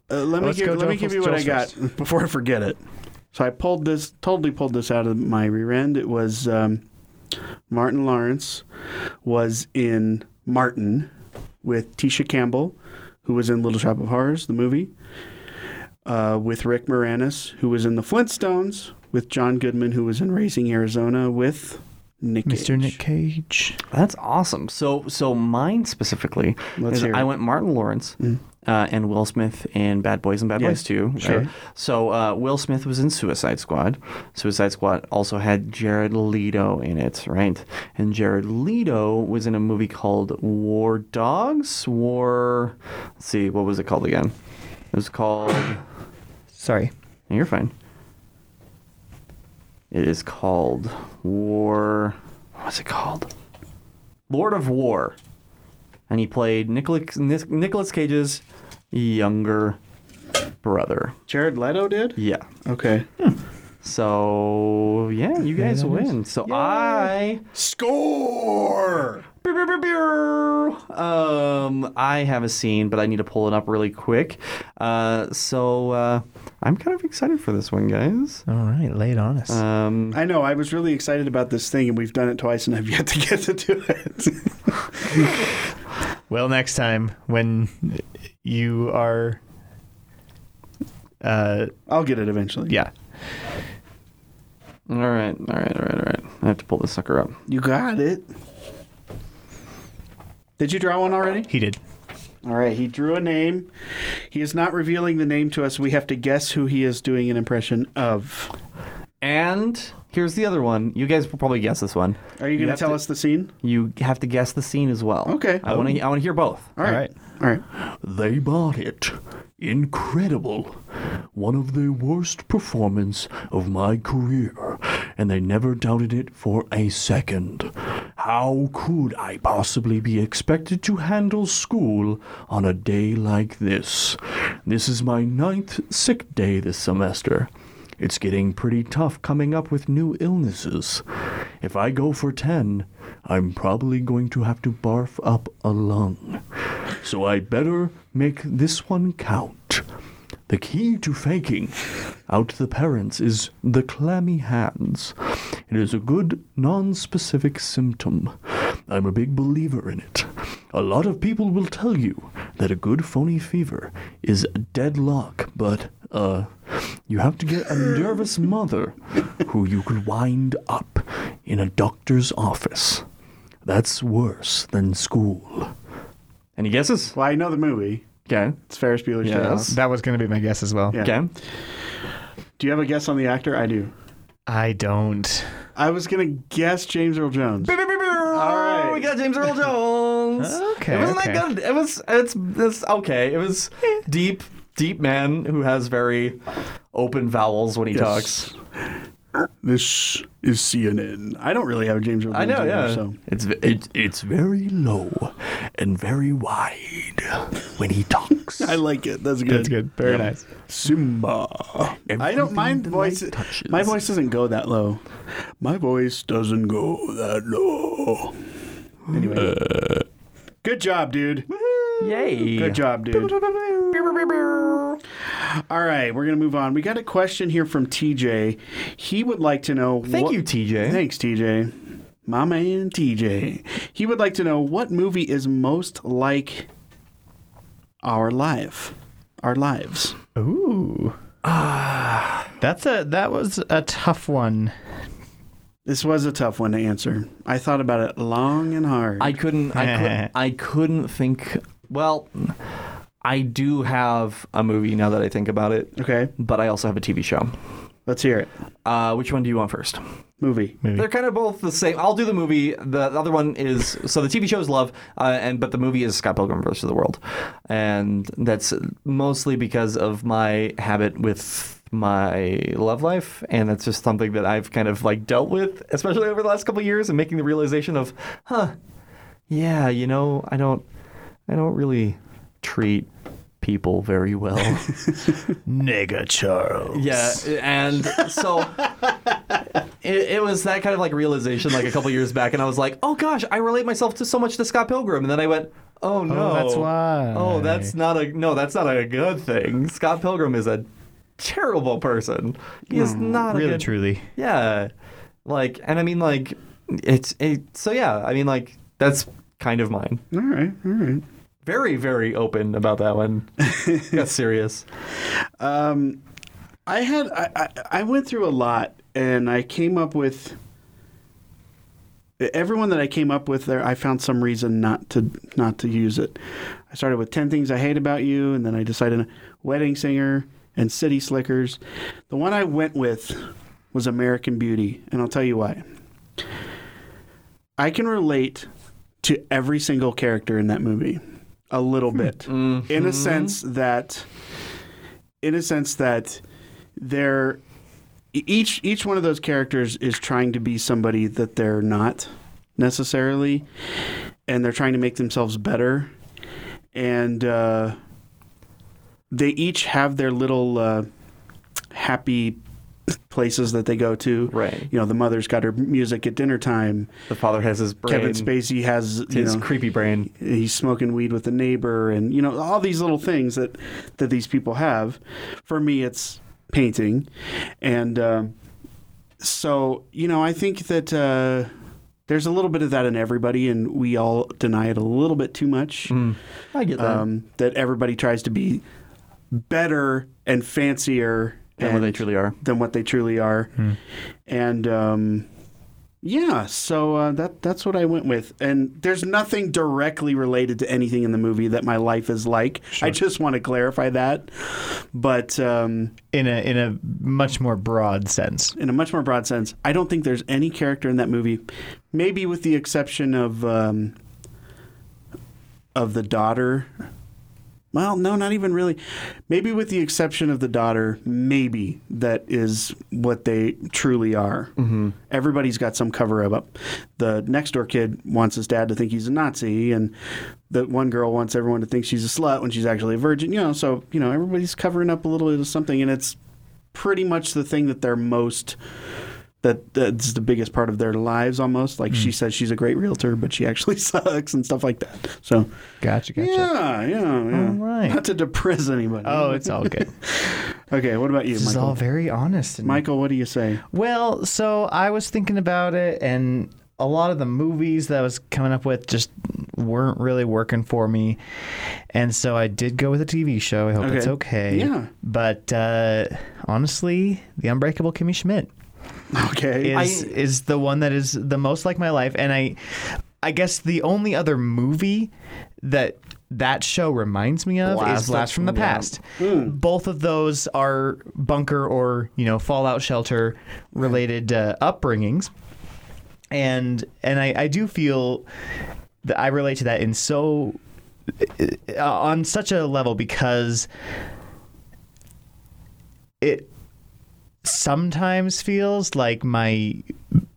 S4: Uh, let me
S2: Let's
S4: give,
S2: go
S4: let me
S2: Joel
S4: give
S2: first-
S4: you what I
S2: Joel
S4: got before I forget it. So I pulled this, totally pulled this out of my rear end. It was um, Martin Lawrence was in Martin with Tisha Campbell, who was in Little Shop of Horrors, the movie, uh, with Rick Moranis, who was in The Flintstones, with John Goodman, who was in Raising Arizona, with Nick
S2: Mr.
S4: Cage.
S2: Nick Cage.
S3: That's awesome. So, so mine specifically
S4: Let's
S3: is
S4: hear
S3: I
S4: it. Mm.
S3: went Martin Lawrence uh, and Will Smith in Bad Boys and Bad Boys Two.
S4: sure.
S3: Uh, So uh, Will Smith was in Suicide Squad. Suicide Squad also had Jared Leto in it, right? And Jared Leto was in a movie called War Dogs. War. Let's see, what was it called again? It was called.
S2: Sorry.
S3: You're fine. It is called War. What's it called? Lord of War. And he played Nicholas Nicholas Cage's younger brother.
S4: Jared Leto did?
S3: Yeah.
S4: Okay.
S2: Hmm.
S3: So yeah, you guys win. So I
S4: Score!
S3: Pew, pew, pew, pew. Um, I have a scene, but I need to pull it up really quick. Uh, so uh, I'm kind of excited for this one, guys.
S2: All right. Lay it on us.
S3: Um,
S4: I know. I was really excited about this thing, and we've done it twice, and I've yet to get to do it.
S2: well, next time when you are. Uh,
S4: I'll get it eventually.
S2: yeah.
S3: All right, all right, all right, all right. I have to pull this sucker up.
S4: You got it. Did you draw one already?
S2: He did.
S4: All right. He drew a name. He is not revealing the name to us. We have to guess who he is doing an impression of.
S3: And here's the other one. You guys will probably guess this one.
S4: Are you, going to tell us the scene?
S3: You have to guess the scene as well.
S4: Okay.
S3: I want to. I want to hear both.
S4: All right. All right.
S6: They bought it. Incredible. One of the worst performance of my career, and they never doubted it for a second. How could I possibly be expected to handle school on a day like this? This is my ninth sick day this semester. It's getting pretty tough coming up with new illnesses. If I go for 10, I'm probably going to have to barf up a lung. So I better make this one count. The key to faking out the parents is the clammy hands. It is a good non specific symptom. I'm a big believer in it. A lot of people will tell you that a good phony fever is a deadlock, but, uh, you have to get a nervous mother who you can wind up in a doctor's office. That's worse than school.
S3: Any guesses?
S4: Well, I know the movie.
S3: Okay.
S4: It's Ferris Bueller's Day
S3: Yes.
S4: Off.
S2: That was going to be my guess as well.
S4: Yeah.
S3: Okay.
S4: Do you have a guess on the actor? I do.
S2: I don't.
S4: I was gonna guess James Earl Jones. right.
S3: We got James Earl Jones.
S2: Okay,
S3: It wasn't that
S2: okay.
S3: good. It was. It's. It's okay. It was deep, deep man who has very open vowels when he talks.
S4: This is CNN. I don't really have a James Earl Jones.
S3: I know.
S4: either,
S3: Yeah.
S4: So.
S6: It's ve- it, it's very low and very wide when he talks.
S4: I like it. That's good.
S2: That's good. Very nice.
S4: Simba. I don't mind voice. My voice doesn't go that low. My voice doesn't go that low. Anyway. Uh, Good job, dude.
S3: Yay.
S4: Good job, dude. All right, we're going to move on. We got a question here from TJ. He would like to know.
S3: Thank you, TJ.
S4: Thanks, TJ. My man, TJ. He would like to know what movie is most like our life, our lives.
S2: Ooh. That's a that was a tough one.
S4: This was a tough one to answer. I thought about it long and hard.
S3: I couldn't. I couldn't. I couldn't think. Well, I do have a movie now that I think about it,
S4: okay,
S3: but I also have a TV show.
S4: let's hear it.
S3: Uh, which one do you want first?
S4: Movie.
S3: They're kind of both the same. I'll do the movie. The, the other one is so the TV show is Love, uh, and but the movie is Scott Pilgrim versus the World, and that's mostly because of my habit with my love life, and that's just something that I've kind of like dealt with, especially over the last couple of years, and making the realization of, huh, yeah, you know, I don't, I don't really treat people very well.
S2: Nigga Charles.
S3: Yeah, and so it, it was that kind of like realization like a couple years back, and I was like, oh gosh, I relate myself to so much to Scott Pilgrim, and then I went, oh no,
S2: that's why.
S3: Oh, that's not a no, that's not a good thing. Scott Pilgrim is a terrible person. He is not a
S2: Really,
S3: good,
S2: truly.
S3: yeah, like, and I mean like, it's it, so yeah, I mean like that's kind of mine.
S4: All right, all right.
S3: Very very open about that one. Got serious.
S4: Um, I had I, I I went through a lot, and I came up with everyone that I came up with there. I found some reason not to not to use it. I started with ten things I hate about you, and then I decided wedding singer and city slickers. The one I went with was American Beauty, and I'll tell you why. I can relate to every single character in that movie a little bit, in a sense that in a sense that they're e-, each each one of those characters is trying to be somebody that they're not necessarily, and they're trying to make themselves better, and uh, they each have their little uh, happy places that they go to.
S3: Right.
S4: You know, the mother's got her music at dinner time.
S3: The father has his brain.
S4: Kevin Spacey has you
S3: his
S4: know,
S3: creepy brain.
S4: he's smoking weed with a neighbor and you know all these little things that that these people have for me it's painting and um, so you know i think that uh, there's a little bit of that in everybody and we all deny it a little bit too much
S3: Hmm. I get that.
S4: um, that everybody tries to be better and fancier
S3: than what they truly are.
S4: than what they truly are. And um, yeah, so uh, that that's what I went with. And there's nothing directly related to anything in the movie that my life is like. I just want to clarify that, but um,
S2: In a in a much more broad sense.
S4: in a much more broad sense, I don't think there's any character in that movie, maybe with the exception of um, of the daughter. Well, no, not even really. Maybe with the exception of the daughter, maybe that is what they truly are. Mm-hmm. Everybody's got some cover up. The next door kid wants his dad to think he's a Nazi, and the one girl wants everyone to think she's a slut when she's actually a virgin. You know, so you know everybody's covering up a little bit of something, and it's pretty much the thing that they're most that that's the biggest part of their lives almost. Like she says she's a great realtor, but she actually sucks and stuff like that. So
S2: Gotcha, gotcha.
S4: yeah, yeah, yeah.
S2: All right.
S4: Not to depress anybody.
S2: Oh, it's all good.
S4: okay. What about you,
S2: this is
S4: Michael?
S2: all very honest. And
S4: Michael, what do you say?
S2: Well, so I was thinking about it, and a lot of the movies that I was coming up with just weren't really working for me. And so I did go with a TV show. I hope it's
S4: Okay.
S2: okay.
S4: Yeah.
S2: But uh, honestly, The Unbreakable Kimmy Schmidt
S4: Okay.
S2: is is the one that is the most like my life and i i guess the only other movie that that show reminds me of
S3: Blast.
S2: is Blast from the
S3: Yeah.
S2: Past. Both of those are bunker or you know fallout shelter related uh, upbringings, and and I, I do feel that I relate to that in so uh, on such a level because it sometimes feels like my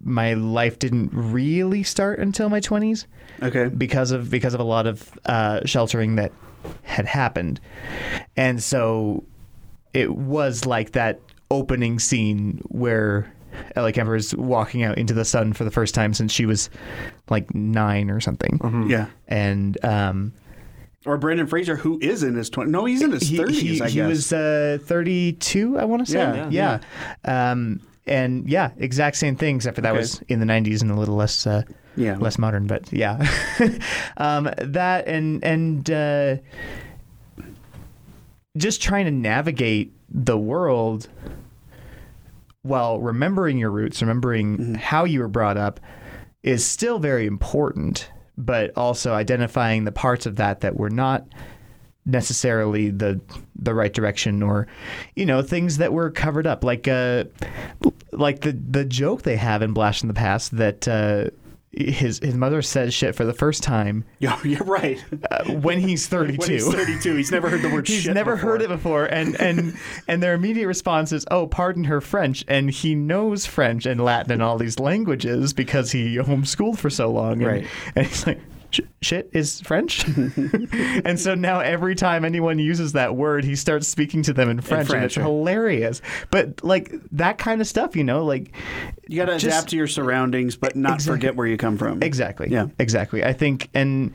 S2: my life didn't really start until my 20s
S4: okay.
S2: because of because of a lot of uh, sheltering that had happened and so it was like that opening scene where Ellie Kemper is walking out into the sun for the first time since she was like nine or something
S4: Yeah.
S2: and um,
S4: Or Brandon Fraser, who is in his twenty. No, he's in his
S2: he,
S4: thirties.
S2: he,
S4: I guess.
S2: he was uh, 32 i want to say
S4: Yeah,
S2: yeah, Um, and yeah exact same thing except for that
S4: Okay.
S2: was in the 90s and a little less uh,
S4: Yeah.
S2: less modern but yeah um, that and and uh, just trying to navigate the world while remembering your roots, remembering
S4: Mm-hmm.
S2: how you were brought up, is still very important. But also identifying the parts of that that were not necessarily the the right direction, or you know things that were covered up, like uh, like the the joke they have in Blast in the Past that. Uh, his his mother says shit for the first time
S4: Yeah, you're right.
S2: uh, when he's 32
S4: When he's 32, he's never heard the word
S2: he's
S4: shit.
S2: never
S4: before.
S2: heard it before and and and their immediate response is oh pardon her french and he knows french and latin and all these languages because he homeschooled for so long and,
S3: Right.
S2: and he's like "Sh- Shit is French, and so now every time anyone uses that word, he starts speaking to them in French, and
S4: French,
S2: it's
S4: right.
S2: hilarious. But like that kind of stuff, you know, like
S4: You got to
S2: Just-
S4: adapt to your surroundings, but not
S2: Exactly.
S4: forget where you come from.
S2: Exactly.
S4: Yeah.
S2: Exactly. I think, and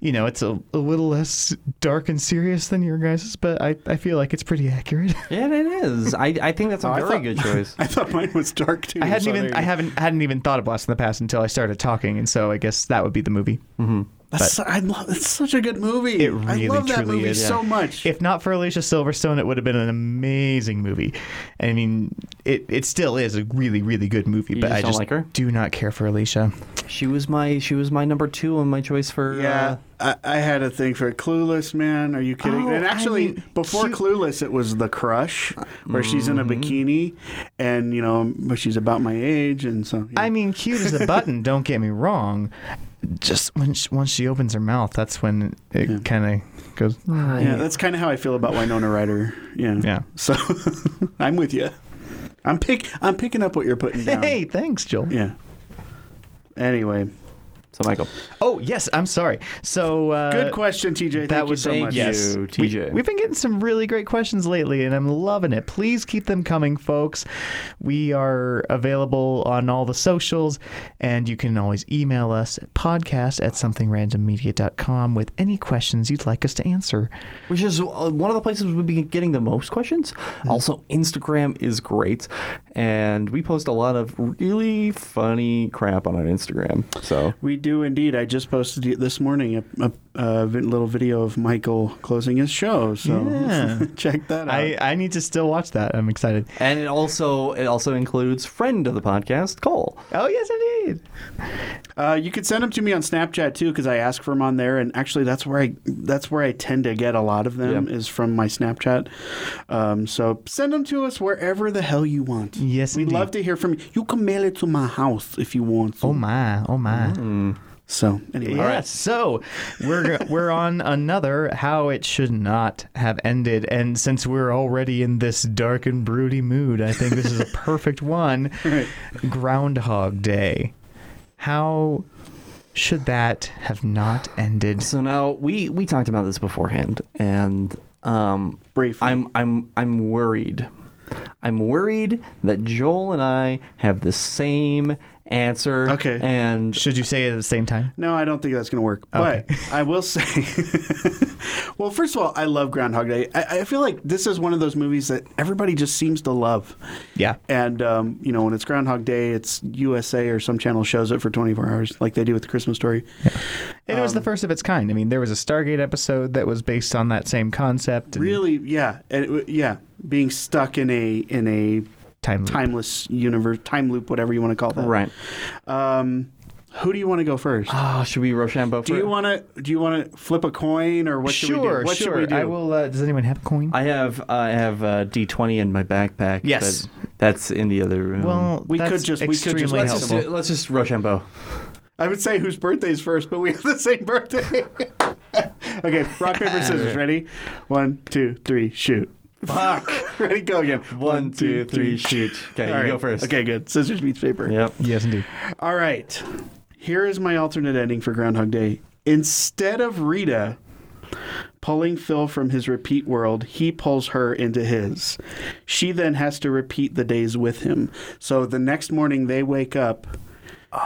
S2: you know, it's a, a little less dark and serious than your guys's, but I, I feel like it's pretty accurate.
S3: Yeah, it is. I, I think that's a
S4: I
S3: very
S4: thought-
S3: good choice.
S4: I thought mine was dark too.
S2: I hadn't
S4: so there
S2: even
S4: you
S2: I
S4: go.
S2: haven't hadn't even thought of Blast in the Past until I started talking, and so I guess that would be the movie.
S4: Mm-hmm. That's, su- I love. It's such a good movie.
S2: It
S4: I
S2: really,
S4: love that
S2: truly
S4: movie
S2: is.
S4: so much.
S2: If not for Alicia Silverstone, it would have been an amazing movie. I mean, it it still is a really really good movie,
S3: You
S2: but
S3: just
S2: I
S3: don't
S2: just
S3: like her?
S2: do not care for Alicia.
S3: She was my she was my number two on my choice for
S4: yeah,
S3: uh,
S4: I, I had a thing for Clueless, man. Are you kidding?
S2: Oh,
S4: and
S2: I
S4: actually,
S2: mean,
S4: before
S2: cute-
S4: Clueless, it was The Crush, where she's in a
S2: Mm-hmm.
S4: bikini, and you know, but she's about my age, and so. yeah.
S2: I mean, cute as a button. don't get me wrong. Just when she, once she opens her mouth, that's when it kind of goes.
S3: Hmm.
S4: yeah, that's kind of how I feel about Winona Ryder. Yeah,
S2: Yeah.
S4: So I'm with you. I'm pick. I'm picking up what you're putting down.
S2: Hey, thanks, Joel.
S4: Yeah. Anyway,
S3: so Michael.
S2: Oh yes, I'm sorry. So uh,
S4: good question, TJ. Thank
S2: that
S4: you
S2: was-
S4: so
S3: thank
S4: much.
S3: you,
S2: Yes.
S3: TJ.
S2: We've been getting some really great questions lately, and I'm loving it. Please keep them coming, folks. We are available on all the socials, and you can always email us at podcast at somethingrandommedia.com with any questions you'd like us to answer.
S3: which is uh, one of the places we've been getting the most questions. Also, Instagram is great, and we post a lot of really funny crap on our Instagram. So
S4: We do indeed. I just posted it this morning a, a, a vi- little video of Michael closing his show. So
S2: Yeah.
S4: check that out.
S2: I, I need to still watch that. I'm excited.
S3: and it also it also includes friend of the podcast Cole.
S2: Oh, yes, indeed.
S4: Uh, you could send them to me on Snapchat too, because I ask for them on there, and actually that's where I that's where I tend to get a lot of them
S3: Yeah.
S4: is from my Snapchat. Um, so send them to us wherever the hell you want.
S2: Yes,
S4: we'd
S2: indeed.
S4: love to hear from you. You can mail it to my house if you want. To.
S2: Oh, my. Oh, my.
S4: so anyway,
S2: Yes. So we're we're on another how it should not have ended, and since we're already in this dark and broody mood, I think this is a perfect one. Groundhog Day. How should that have not ended?
S3: So now we we talked about this beforehand, and um,
S4: Briefly.
S3: I'm I'm I'm worried I'm worried that Joel and I have the same answer.
S4: Okay.
S3: And
S2: Should you say it at the same time?
S4: No, I don't think that's going to work. But I will say, well, first of all, I love Groundhog Day. I, I feel like this is one of those movies that everybody just seems to love.
S2: Yeah.
S4: And, um, you know, when it's Groundhog Day, it's USA or some channel shows it for 24 hours, like they do with the Christmas story.
S2: And it was the
S4: Um,
S2: first of its kind. I mean, there was a Stargate episode that was based on that same concept. And
S4: Really, yeah. And it w- yeah. Being stuck in a, in a,
S2: Time. loop.
S4: Timeless universe, time loop, whatever you want to call that.
S3: right.
S4: Um, who do you want to go first?
S2: Uh,
S3: Ah, should we Rochambeau?
S4: Do you want to? Do you want to flip a coin, or what should we
S2: Sure,
S4: do? What
S2: sure.
S4: should we do?
S2: I will. Uh, does anyone have a coin?
S3: I have I have uh, D20 in my backpack.
S2: Yes.
S3: but that's in the other room.
S2: well,
S4: um, We could
S2: that's
S4: just- we could just-
S2: extremely
S3: let's
S4: let's
S2: helpful.
S3: just, do- let's just Rochambeau.
S4: I would say whose birthday's first, but we have the same birthday. okay, rock, paper, scissors. Ready? One, two, three, shoot. Fuck. Ready? Go again.
S3: One, two, three, shoot. Okay,
S4: All
S3: you
S4: right.
S3: go first.
S4: Okay, good. Scissors meets paper.
S3: Yep.
S2: yes, indeed.
S4: All right. Here is my alternate ending for Groundhog Day. Instead of Rita pulling Phil from his repeat world, he pulls her into his. She then has to repeat the days with him. So the next morning they wake up.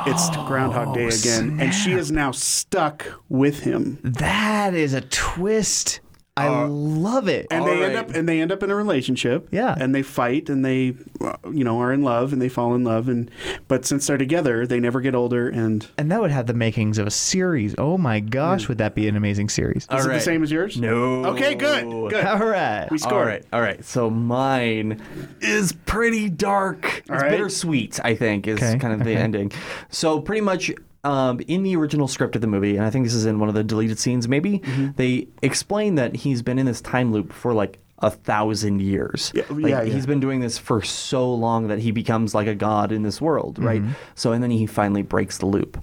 S4: It's
S3: Oh,
S4: Groundhog Day again, and she is now stuck with him.
S2: That is a twist. I
S3: Uh,
S2: love it.
S4: and they end
S3: right.
S4: up and they end up in a relationship.
S2: Yeah.
S4: and they fight and they, uh, you know, are in love and they fall in love and, but since they're together, they never get older. And is
S2: And that would have the makings of a series. Oh my gosh, would that be an amazing series?
S3: Hmm. All
S4: it the
S3: right.
S4: same as yours?
S3: No.
S4: Okay, good, good.
S2: All right.
S4: We
S3: All
S4: scored.
S3: right, all right. So mine is pretty dark. It's
S4: right.
S3: bittersweet, I think, is
S2: Okay,
S3: kind of the ending. So pretty much um, in the original script of the movie, and I think this is in one of the deleted scenes, maybe
S4: Mm-hmm.
S3: they explain that he's been in this time loop for like a thousand years.
S4: Yeah,
S3: Like,
S4: yeah, yeah.
S3: He's been doing this for so long that he becomes like a god in this world, right?
S2: Mm-hmm.
S3: So and then he finally breaks the loop.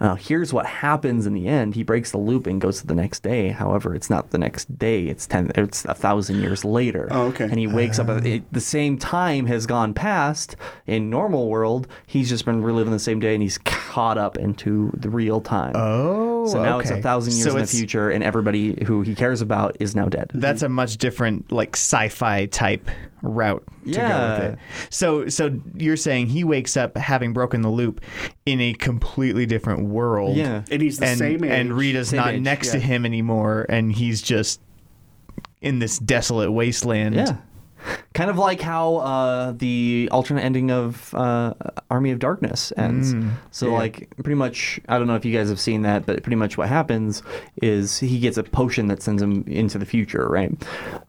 S3: Uh, here's what happens in the end: he breaks the loop and goes to the next day. However, it's not the next day; it's ten, it's a thousand years later.
S4: Oh, okay.
S3: And he wakes up
S2: Ah.
S3: at it, the same time has gone past in normal world. He's just been reliving the same day, and he's caught up into the real time.
S2: Oh,
S3: so now it's
S2: okay.
S3: a thousand years
S2: So
S3: in the
S2: it's-
S3: future, and everybody who he cares about is now dead.
S2: That's a much different like sci-fi type route to
S3: Yeah.
S2: go with it. So so you're saying he wakes up having broken the loop in a completely different world.
S3: Yeah.
S4: And he's the
S2: and,
S4: same age.
S2: and Rita's
S3: Same
S2: not
S3: age,
S2: next to
S4: yeah.
S2: him anymore and he's just in this desolate wasteland.
S3: Yeah. Kind of like how uh, the alternate ending of uh, Army of Darkness ends. so, like, pretty much, I don't know if you guys have seen that, but pretty much what happens is he gets a potion that sends him into the future, right?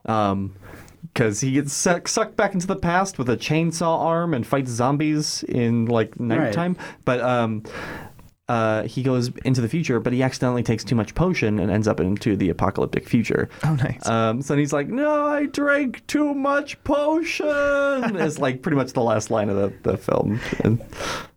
S3: Um, because he gets suck- sucked back into the past with a chainsaw arm and fights zombies in like nighttime. But um, uh, he goes into the future, but he accidentally takes too much potion and ends up into the apocalyptic future.
S2: Oh, nice.
S3: Um, so he's like, "No, I drank too much potion." is like pretty much the last line of the, the film. And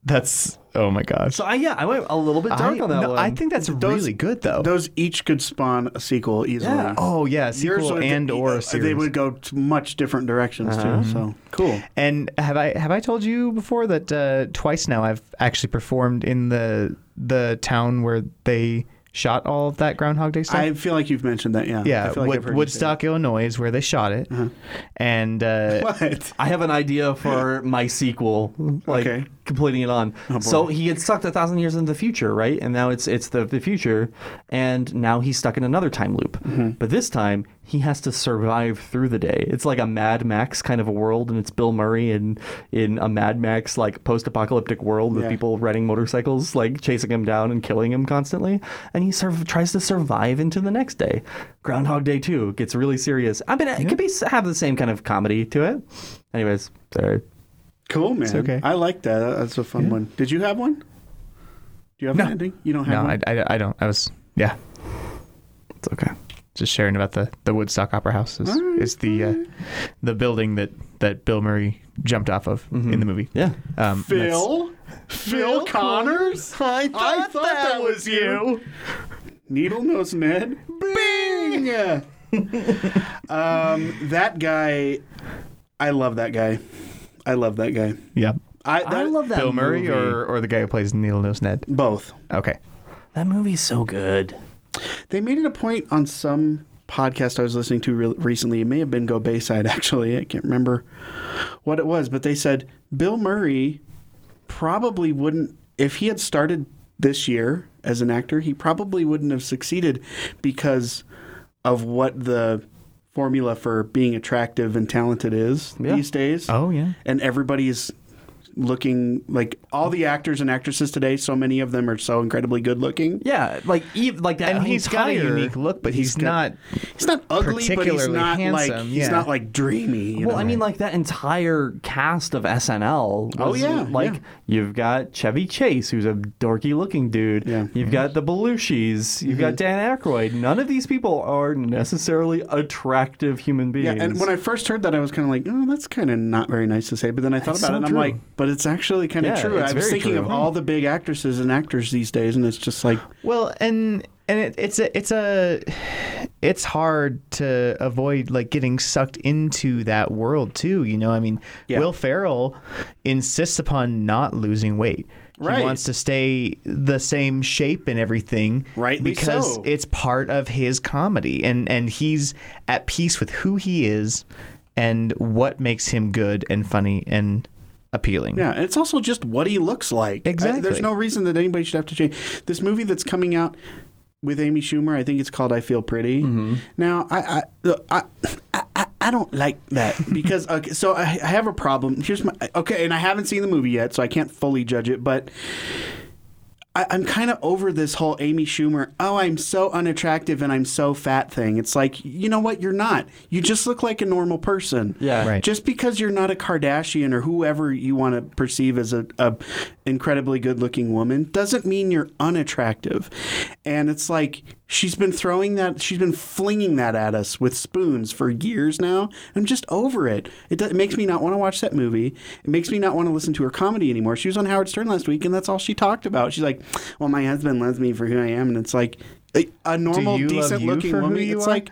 S2: That's oh my gosh.
S3: so I yeah, I went a little bit dark
S2: I,
S3: on that
S2: no,
S3: one.
S2: I think that's really good though.
S4: Those each could spawn a sequel easily.
S3: Yeah.
S2: oh yeah, sequel
S4: would- uh,
S2: and or a
S4: They
S2: series. Uh-huh.
S4: would go to much different directions too. So cool.
S2: And have I have I told you before that uh, twice now I've actually performed in the the town where they shot all of that Groundhog Day stuff.
S4: I feel like you've mentioned that. Yeah.
S2: yeah,
S4: I feel like
S2: Wood,
S4: I've heard you say Uh-huh.
S2: Woodstock, Illinois is where they shot it, and
S4: that.
S2: uh,
S4: What?
S3: I have an idea for my sequel, like
S4: Okay.
S3: completing it on. so he gets sucked a thousand years into the future, right? And now it's it's the, the future, and now he's stuck in another time loop. But this time he has to survive through the day. It's like a Mad Max kind of a world, and it's Bill Murray in in a Mad Max like post apocalyptic world with
S4: Yeah.
S3: people riding motorcycles, like chasing him down and killing him constantly. And he sur- tries to survive into the next day. Groundhog Day two gets really serious. I mean, it could be have the same kind of comedy to it. Anyways, sorry.
S4: Cool, man.
S2: okay.
S4: I like that. That's a fun one. Did you have one? Do you have
S2: No.
S4: an ending? You don't have
S2: no,
S4: one.
S2: I, I, I don't. I was yeah,
S3: It's okay.
S2: just sharing about the the Woodstock Opera House is, is the uh, the building that that Bill Murray jumped off of
S4: Mm-hmm.
S2: in the movie.
S3: Yeah.
S2: Um, and that's-
S4: Phil? Phil Connors? I thought, that, was you. Needle Nose Ned? Bing! um, that guy, I love that guy. I love that guy.
S2: yeah.
S4: I, that,
S3: I love that
S2: Bill Murray
S3: movie.
S2: or or the guy who plays Needle Nose Ned.
S4: both.
S2: Okay.
S3: that movie's so good.
S4: They made it a point on some podcast I was listening to re- recently. It may have been Go Bayside, actually. I can't remember what it was, but they said Bill Murray probably wouldn't, if he had started this year as an actor, he probably wouldn't have succeeded because of what the formula for being attractive and talented is
S3: Yeah.
S4: these days.
S2: Oh, yeah.
S4: And everybody's looking like all the actors and actresses today, so many of them are so incredibly good looking.
S3: Yeah, like ev- like that.
S2: And he's got a
S3: entire-
S2: unique look, but he's,
S4: he's got-
S2: not.
S4: He's not ugly, but he's
S2: Particularly
S4: not like
S2: handsome,
S4: he's
S2: yeah.
S4: not like dreamy. you
S3: Well,
S4: know?
S3: I mean, like that entire cast of SNL.
S4: Oh,
S3: was,
S4: yeah,
S3: like
S4: yeah.
S3: you've got Chevy Chase, who's a dorky-looking dude.
S4: Yeah. Mm-hmm.
S3: You've got the Belushis. You've got Dan Aykroyd. None of these people are necessarily attractive human
S4: yeah.
S3: beings.
S4: And when I first heard that, I was kind of like, oh, that's kind of not very nice to say. But then I thought
S3: It's
S4: about
S3: so
S4: it, and
S3: true.
S4: I'm like, but it's actually kind of
S3: Yeah,
S4: true.
S3: it's
S4: I was
S3: very
S4: thinking
S3: true.
S4: of all the big actresses and actors these days, and it's just like,
S2: Well, and and it, it's a it's a it's hard to avoid like getting sucked into that world too. You know, I mean,
S4: Yeah.
S2: Will Ferrell insists upon not losing weight.
S4: Right.
S2: He wants to stay the same shape and everything,
S4: Rightly
S2: Because
S4: so.
S2: it's part of his comedy, and and he's at peace with who he is, and what makes him good and funny and appealing.
S4: Yeah, and it's also just what he looks like. I- there's
S2: Exactly.
S4: no reason that anybody should have to change. This movie that's coming out with Amy Schumer, I think it's called "I Feel Pretty." Now, I I, the- I I I- I don't like that because okay, so I, I have a problem. Here's my okay, and I haven't seen the movie yet, so I can't fully judge it, but. I, I'm kind of over this whole Amy Schumer, oh, I'm so unattractive and I'm so fat thing. It's like, you know what? You're not. You just look like a normal person.
S3: Yeah.
S2: Right.
S4: Just because you're not a Kardashian or whoever you want to perceive as a, a incredibly good looking woman doesn't mean you're unattractive. And it's like, she's been throwing that, she's been flinging that at us with spoons for years now. I'm just over it. It, does, it makes me not want to watch that movie. It makes me not want to listen to her comedy anymore. She was on Howard Stern last week and that's all she talked about. She's like, well, my husband loves me for who I am. And it's like, a a normal,
S2: you love
S4: decent
S2: you
S4: looking
S2: for who
S4: woman.
S2: you
S4: It's
S2: are?
S4: like,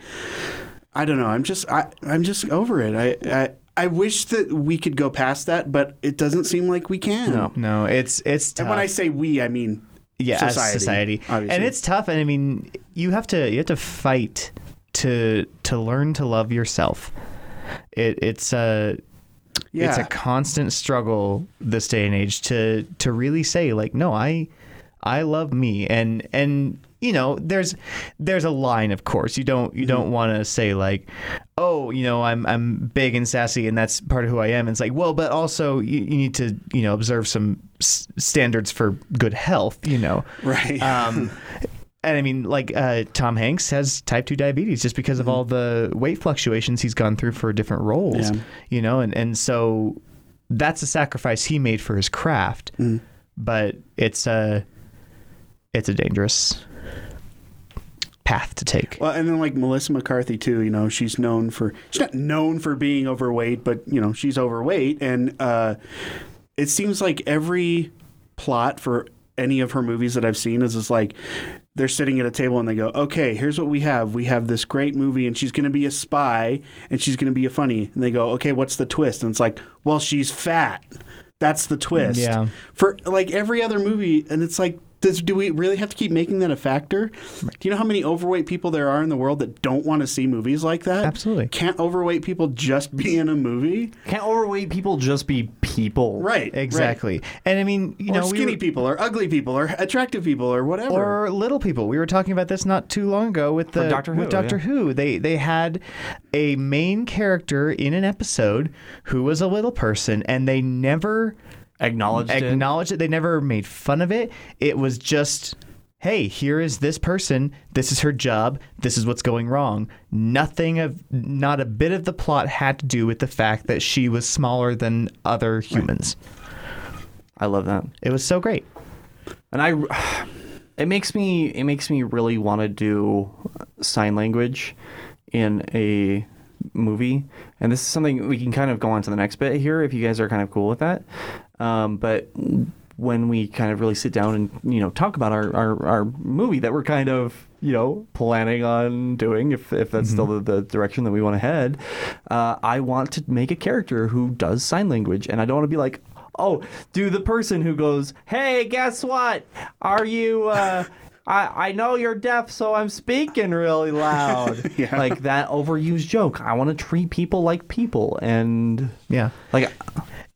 S4: I don't know. I'm just I I'm just over it. I I, I wish that we could go past that, but it doesn't seem like we can.
S3: No.
S2: No, it's it's tough.
S4: And when I say we, I mean
S2: yeah, as
S4: society,
S2: society.
S4: obviously.
S2: And it's tough. And I mean, you have to you have to fight to to learn to love yourself. It it's uh, a
S4: yeah.
S2: it's a constant struggle this day and age to to really say like, no, I I love me, and and you know, there's there's a line, of course. You don't you
S4: Mm-hmm.
S2: don't want to say like, oh, you know, I'm I'm big and sassy, and that's part of who I am. And it's like, well, but also you, you need to you know observe some s- standards for good health, you know,
S4: right.
S2: um, and I mean, like uh, Tom Hanks has type two diabetes just because
S4: Mm-hmm.
S2: of all the weight fluctuations he's gone through for different roles,
S4: Yeah.
S2: you know, and and so that's a sacrifice he made for his craft,
S4: Mm.
S2: but it's a it's a dangerous path to take.
S4: well, and then like Melissa McCarthy too. You know, she's known for she's not known for being overweight, but you know she's overweight, and uh, it seems like every plot for any of her movies that I've seen is is like they're sitting at a table and they go, "Okay, here's what we have. We have this great movie, and she's going to be a spy, and she's going to be a funny." And they go, "Okay, what's the twist?" And it's like, "Well, she's fat. That's the twist."
S2: Yeah.
S4: For like every other movie, and it's like. Does, do we really have to keep making that a factor? Do you know how many overweight people there are in the world that don't want to see movies like that?
S2: Absolutely.
S4: Can't overweight people just be in a movie?
S3: Can't overweight people just be people?
S4: Right. right.
S2: Exactly, and I mean, you
S4: or
S2: know, we
S4: skinny
S2: were-
S4: people, or ugly people, or attractive people, or whatever.
S2: or little people. We were talking about this not too long ago with the
S3: Doctor Who,
S2: With Doctor
S3: yeah.
S2: Who, they they had a main character in an episode who was a little person, and they never
S3: Acknowledged. it.
S2: acknowledged it. They never made fun of it. It was just. Hey, here is this person. This is her job. This is what's going wrong. Nothing of, not a bit of the plot had to do with the fact that she was smaller than other humans.
S3: I love that.
S2: It was so great.
S3: and I, it makes me it makes me really want to do sign language in a movie, and this is something we can kind of go on to the next bit here if you guys are kind of cool with that. Um, but when we kind of really sit down and you know talk about our our, our movie that we're kind of you know planning on doing if, if that's still the, the direction that we want to head uh, i want to make a character who does sign language and i don't want to be like Oh, do the person who goes, "Hey, guess what? Are you uh I, I know you're deaf, so I'm speaking really loud.
S4: Yeah.
S3: Like that overused joke. I want to treat people like people. And
S2: Yeah.
S3: like,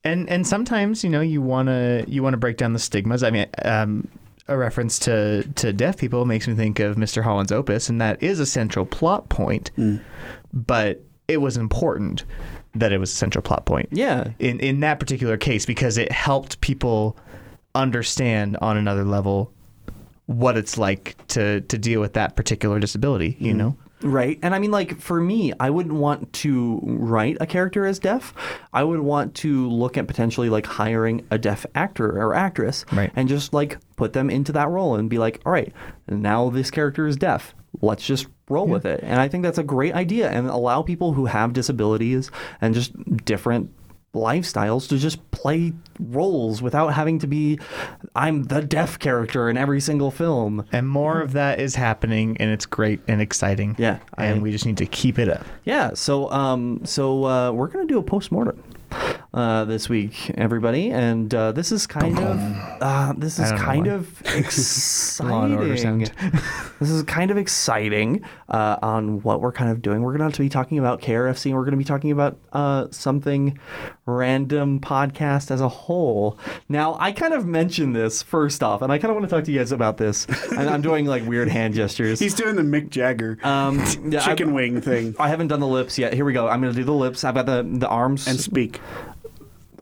S2: and and sometimes you know you want to you want to break down the stigmas i mean um a reference to to deaf people makes me think of mr holland's opus and that is a central plot point
S3: Mm.
S2: but it was important that it was a central plot point
S3: yeah.
S2: in in that particular case because it helped people understand on another level what it's like to to deal with that particular disability you
S3: Mm.
S2: know
S3: Right. And I mean, like, for me, I wouldn't want to write a character as deaf. I would want to look at potentially, like, hiring a deaf actor or actress
S2: Right.
S3: and just, like, put them into that role and be like, all right, now this character is deaf. Let's just roll with it. And I think that's a great idea and allow people who have disabilities and just different lifestyles to just play roles without having to be, I'm the deaf character in every single film.
S2: and more of that is happening and it's great and exciting
S3: Yeah, I-
S2: and we just need to keep it up
S3: Yeah, so um, so uh, we're gonna do a postmortem uh, this week, everybody, and uh, this is kind of uh, this is
S2: don't know
S3: kind
S2: why.
S3: of
S2: Law and Order
S3: exciting.
S2: sound.
S3: this is kind of exciting uh, on what we're kind of doing. We're gonna be talking about KRFC, and we're gonna be talking about uh, something random podcast as a whole. Now, I kind of mentioned this first off, and I kind of want to talk to you guys about this. And I'm doing like weird hand gestures.
S4: He's doing the Mick Jagger
S3: Um, yeah, I-
S4: chicken wing thing
S3: I haven't done the lips yet. Here we go. I'm gonna do the lips. I've got the the arms.
S4: and speak.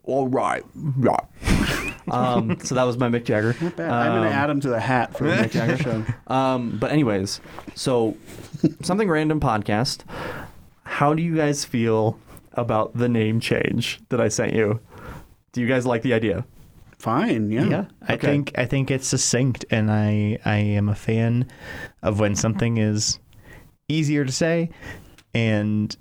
S3: all right, right. um, so that was my Mick Jagger.
S4: I'm going to add him to the hat for the Mick Jagger show.
S3: Um, but anyways, so something random podcast. How do you guys feel about the name change that I sent you? Do you guys like the idea?
S4: Fine, yeah.
S2: Yeah, I
S3: Okay.
S2: think I think it's succinct, and I I am a fan of when something is easier to say and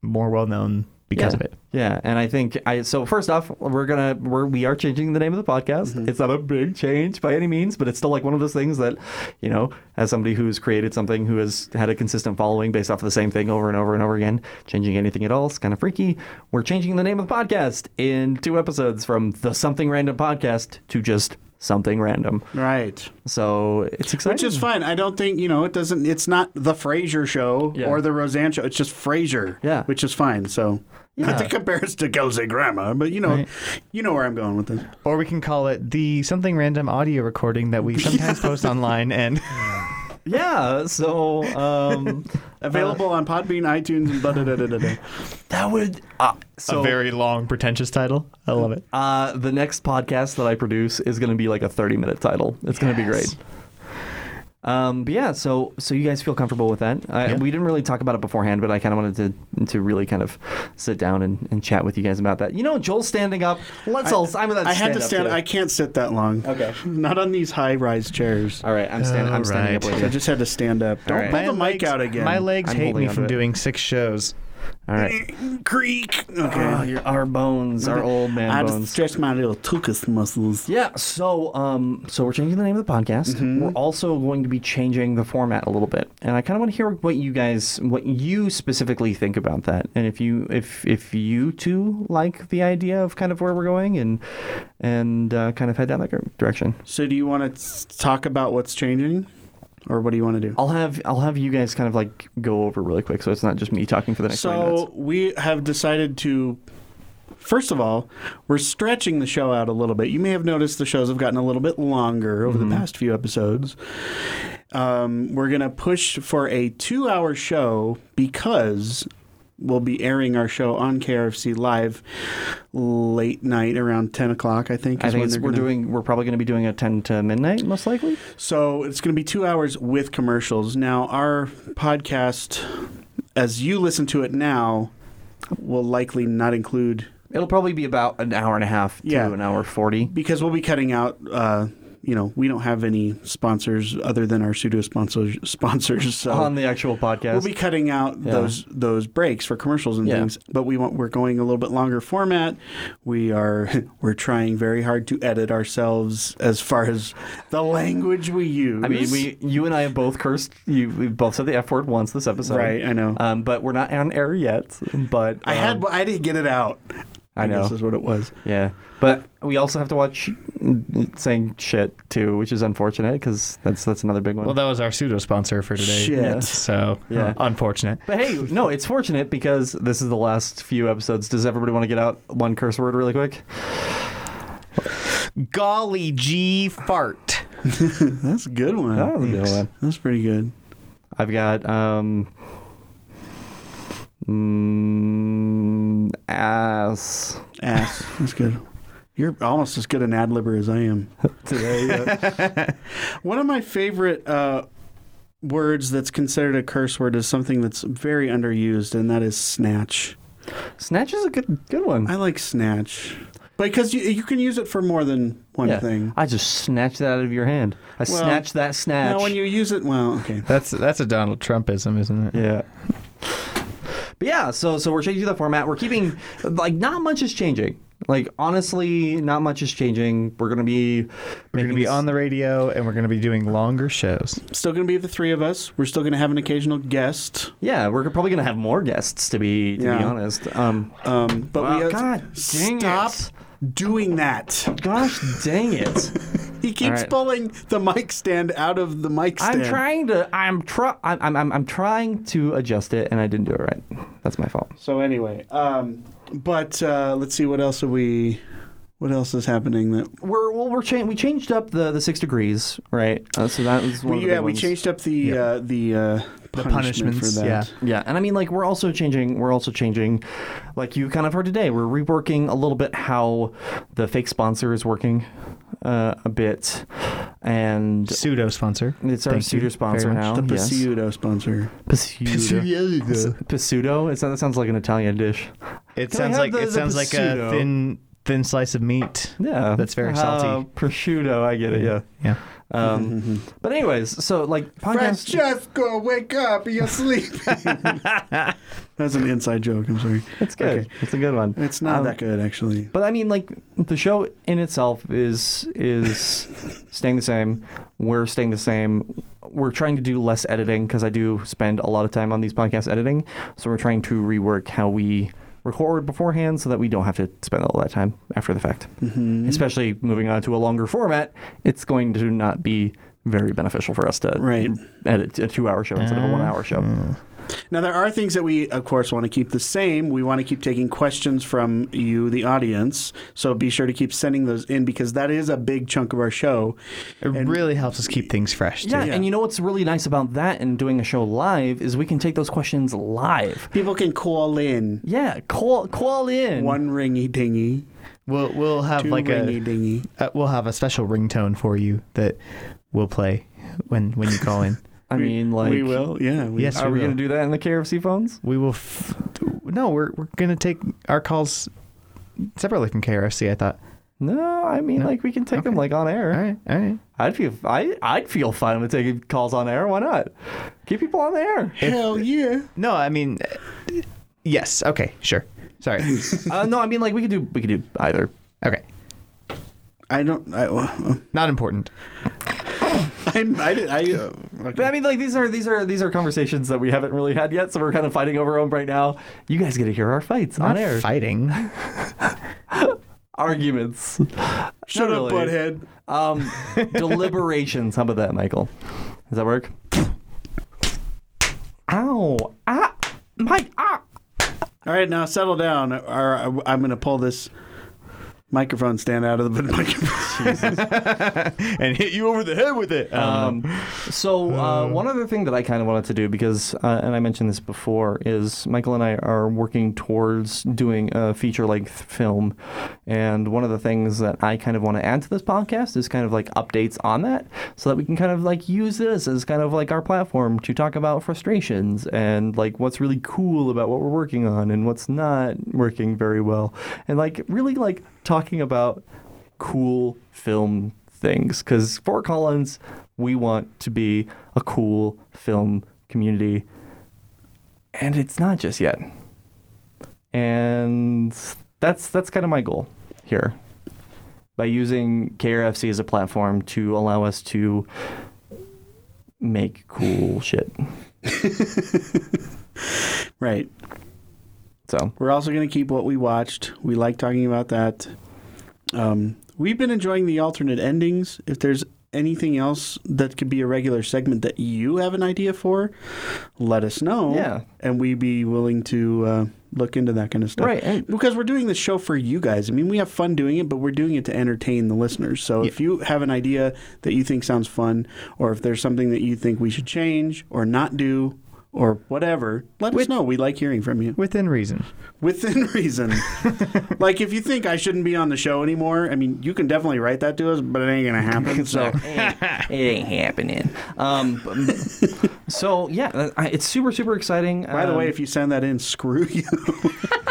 S2: more well known because
S3: yeah.
S2: of it.
S3: Yeah, and I think I so first off, we're gonna we're we are changing the name of the podcast.
S2: Mm-hmm.
S3: It's not a big change by any means, but it's still like one of those things that, you know, as somebody who's created something who has had a consistent following based off of the same thing over and over and over again, changing anything at all is kind of freaky. We're changing the name of the podcast in two episodes from the Something Random podcast to just Something Random.
S4: Right.
S3: So it's exciting.
S4: Which is fine. I don't think, you know, it doesn't, it's not the Frasier show
S3: Yeah.
S4: or the Roseanne show. It's just Frasier.
S3: Yeah.
S4: Which is fine. So, not to compare us to Goze Grandma, but you know, you know where I'm going with
S3: Uh,
S4: this.
S2: Or we can call it the something random audio recording that we sometimes post online, and
S3: yeah. So um,
S4: Available on Podbean, iTunes, and da da da da da.
S3: that would uh, so
S2: a very long pretentious title. I love it.
S3: Uh, the next podcast that I produce is going to be like a 30 minute title. It's going to be great. Um, but yeah, so so you guys feel comfortable with that? I,
S2: Yeah.
S3: We didn't really talk about it beforehand, but I kind of wanted to to really kind of sit down and, and chat with you guys about that. You know, Joel's standing up. Let's all. I'm gonna.
S4: I had
S3: stand
S4: to
S3: up,
S4: stand.
S3: too.
S4: I can't sit that long.
S3: Okay.
S4: Not on these high-rise chairs.
S3: All right, I'm standing. I'm standing up
S2: Alright.
S3: with
S4: I
S3: you.
S4: just had to stand up. Don't
S3: right.
S4: pull
S3: My
S4: the mic out again.
S2: My legs
S3: I'm
S2: hate
S3: holding
S2: me
S3: onto
S2: from
S3: it.
S2: doing six shows.
S3: All right.
S4: creak. Okay.
S3: Ah, your- our bones, our old man
S4: I
S3: bones.
S4: just stretched my little tuchus muscles.
S3: Yeah, so um, so we're changing the name of the podcast. We're also going to be changing the format a little bit, and I kind of want to hear what you guys, what you specifically think about that, and if you if if you too like the idea of kind of where we're going and and uh, kind of head down that gr- direction.
S4: So, do you want to talk about what's changing, or what do you want to do?
S3: I'll have I'll have you guys kind of like go over really quick, so it's not just me talking for the next. 20 minutes.
S4: So we have decided to. First of all, we're stretching the show out a little bit. You may have noticed the shows have gotten a little bit longer over
S3: Mm-hmm.
S4: the past few episodes. Um, we're going to push for a two hour show because we'll be airing our show on KRFC Live late night around 10 o'clock, I think.
S3: I
S4: Is
S3: think
S4: when
S3: it's,
S4: they're
S3: we're
S4: gonna-
S3: doing we're probably going to be doing a ten to midnight, most likely.
S4: so it's going to be two hours with commercials. Now, our podcast, as you listen to it now, will likely not include
S3: It'll probably be about an hour and a half to
S4: Yeah.
S3: an hour forty.
S4: because we'll be cutting out. Uh, you know, we don't have any sponsors other than our pseudo sponsors. Sponsors, so
S3: On the actual podcast,
S4: we'll be cutting out those those breaks for commercials and
S3: Yeah.
S4: things. But we want we're going a little bit longer format. We are we're trying very hard to edit ourselves as far as the language we use.
S3: I mean, we, you and I have both cursed. You, we both said the F word once this episode,
S4: Right, I know.
S3: Um, but we're not on air yet. But
S4: I had
S3: um,
S4: I didn't get it out.
S3: I know.
S4: guess is what it was.
S3: Yeah, but we also have to watch saying shit too, which is unfortunate because that's that's another big one.
S2: Well, that was our pseudo sponsor for today.
S4: Shit. Yeah.
S2: So
S3: Yeah.
S2: unfortunate.
S3: but hey, no, it's fortunate because this is the last few episodes. Does everybody want to get out one curse word really quick?
S2: Golly gee fart.
S4: That's a good one.
S3: That was a good one.
S4: That's pretty good.
S3: I've got um, mm, ass
S4: Ass. That's good. You're almost as good an ad libber as I am.
S3: today. uh,
S4: One of my favorite uh, words that's considered a curse word is something that's very underused, and that is snatch.
S3: Snatch is a good good one.
S4: I like snatch because you, you can use it for more than one
S3: Yeah.
S4: thing.
S3: I just snatched that out of your hand. I
S4: Well,
S3: snatched that snatch.
S4: Now, when you use it, well, okay.
S2: That's that's a Donald Trumpism, isn't it?
S3: Yeah. But yeah, so so we're changing the format. We're keeping like not much is changing. Like honestly, not much is changing. We're gonna be
S2: We're gonna be on the radio and we're gonna be doing longer shows.
S4: Still going to be the three of us. We're still going to have an occasional guest.
S3: yeah. We're probably gonna have more guests to be to be
S4: Yeah.
S3: honest. Um,
S4: Um, but
S3: Wow,
S4: we have,
S3: God dang
S4: stop
S3: it.
S4: doing that.
S3: gosh dang it!
S4: He keeps
S3: right.
S4: pulling the mic stand out of the mic stand.
S3: I'm trying to. I'm try. I'm, I'm I'm I'm trying to adjust it, and I didn't do it right. That's my fault.
S4: So anyway, um, but uh, let's see what else are we. What else is happening that
S3: We're well. We're changing. We changed up the the six degrees, right? Uh, so that was one
S4: We,
S3: of the big
S4: yeah, we
S3: ones.
S4: changed up the uh, the uh, punishment
S2: punishments,
S4: for that.
S3: Yeah, and I mean, like, we're also changing. We're also changing, like you kind of heard today. We're reworking a little bit how the fake sponsor is working, uh, a bit, and
S2: Pseudo sponsor.
S3: it's our
S2: Thank you
S3: pseudo sponsor
S2: very much.
S3: now.
S4: The
S3: yes.
S4: Pseudo sponsor.
S3: Pseudo. Pseudo. It's that sounds like an Italian dish.
S2: It
S3: Can I
S2: sounds
S3: have
S2: like
S3: the-
S2: it
S3: the
S2: sounds like a
S3: prosciutto?
S2: thin thin slice of meat.
S3: Yeah,
S2: That's very
S3: Uh,
S2: salty.
S3: prosciutto. I get it. Yeah.
S2: Yeah.
S3: Um, but anyways, so like podcast.
S4: Francesco, wake up! You're sleeping. That's an inside joke. I'm sorry.
S3: It's good.
S4: Okay.
S3: It's a good one.
S4: It's not
S3: Um,
S4: that good, actually.
S3: But I mean, like the show in itself is is staying the same. We're staying the same. We're trying to do less editing because I do spend a lot of time on these podcasts editing. So we're trying to rework how we record beforehand so that we don't have to spend all that time after the fact.
S4: Mm-hmm.
S3: Especially moving on to a longer format, it's going to not be very beneficial for us to
S4: Right.
S3: edit a two-hour show instead of a one-hour show.
S4: Now, there are things that we, of course, want to keep the same. We want to keep taking questions from you, the audience. So be sure to keep sending those in because that is a big chunk of our show.
S2: It really helps us keep things fresh too.
S3: Yeah,
S4: Yeah.
S3: and you know what's really nice about that and doing a show live is we can take those questions live.
S4: People can call in.
S3: Yeah, call call in.
S4: One ringy dingy,
S2: We'll we'll have
S4: two
S2: like
S4: ringy
S2: a
S4: dingy.
S2: uh, we'll have a special ringtone for you that we'll play when when you call in.
S3: I mean, like,
S4: we will, yeah. We,
S2: Yes,
S3: Are we
S2: will.
S3: gonna do that in the KFC phones?
S2: We will. F- no, we're we're gonna take our calls separately from KRFC. I thought.
S3: No, I mean, like, we can take them like on air.
S2: All right, all right.
S3: I'd feel I I'd feel fine with taking calls on air. Why not? Keep people on the air.
S4: Hell yeah.
S2: No, I mean, uh, yes. Okay, sure. Sorry.
S3: uh, no, I mean, like, we could do we could do either.
S2: Okay,
S4: I don't. I, uh,
S2: not important.
S4: I'm, I, did- I, uh,
S3: But I mean, like, these are these are these are conversations that we haven't really had yet, so we're kind of fighting over them right now. You guys get to hear our fights on
S2: Not
S3: air,
S2: fighting.
S3: arguments.
S4: shut
S3: Not
S4: up,
S3: really.
S4: butthead.
S3: Um, deliberations. How about that, Michael? Does that work? Ow! Ah, Mike! Ah!
S4: All right, now settle down. Or I- I'm going to pull this microphone stand out of the microphone.
S2: and hit you over the head with it.
S3: Um, so uh, one other thing that I kind of wanted to do because, uh, and I mentioned this before, is Michael and I are working towards doing a feature-length film, and one of the things that I kind of want to add to this podcast is kind of like updates on that, so that we can kind of like use this as kind of like our platform to talk about frustrations and like what's really cool about what we're working on and what's not working very well, and like really like talking about cool film things because Fort Collins, we want to be a cool film community, and it's not just yet. And that's that's kind of my goal here by using KRFC as a platform to allow us to make cool shit.
S4: right.
S3: So
S4: We're also going to keep what we watched. We like talking about that. Um, we've been enjoying the alternate endings. If there's anything else that could be a regular segment that you have an idea for, let us know.
S3: Yeah.
S4: And we'd be willing to uh, look into that kind of stuff.
S3: Right, and-
S4: because we're doing this show for you guys. I mean, we have fun doing it, but we're doing it to entertain the listeners. So if you have an idea that you think sounds fun, or if there's something that you think we should change or not do, or whatever, let us know. We like hearing from you
S2: Within reason.
S4: within reason. like if you think I shouldn't be on the show anymore, I mean, you can definitely write that to us, but it ain't gonna happen. So
S3: it ain't happening. Um, but- so yeah, uh, I- it's super super exciting. Um,
S4: by the way, if you send that in, screw you.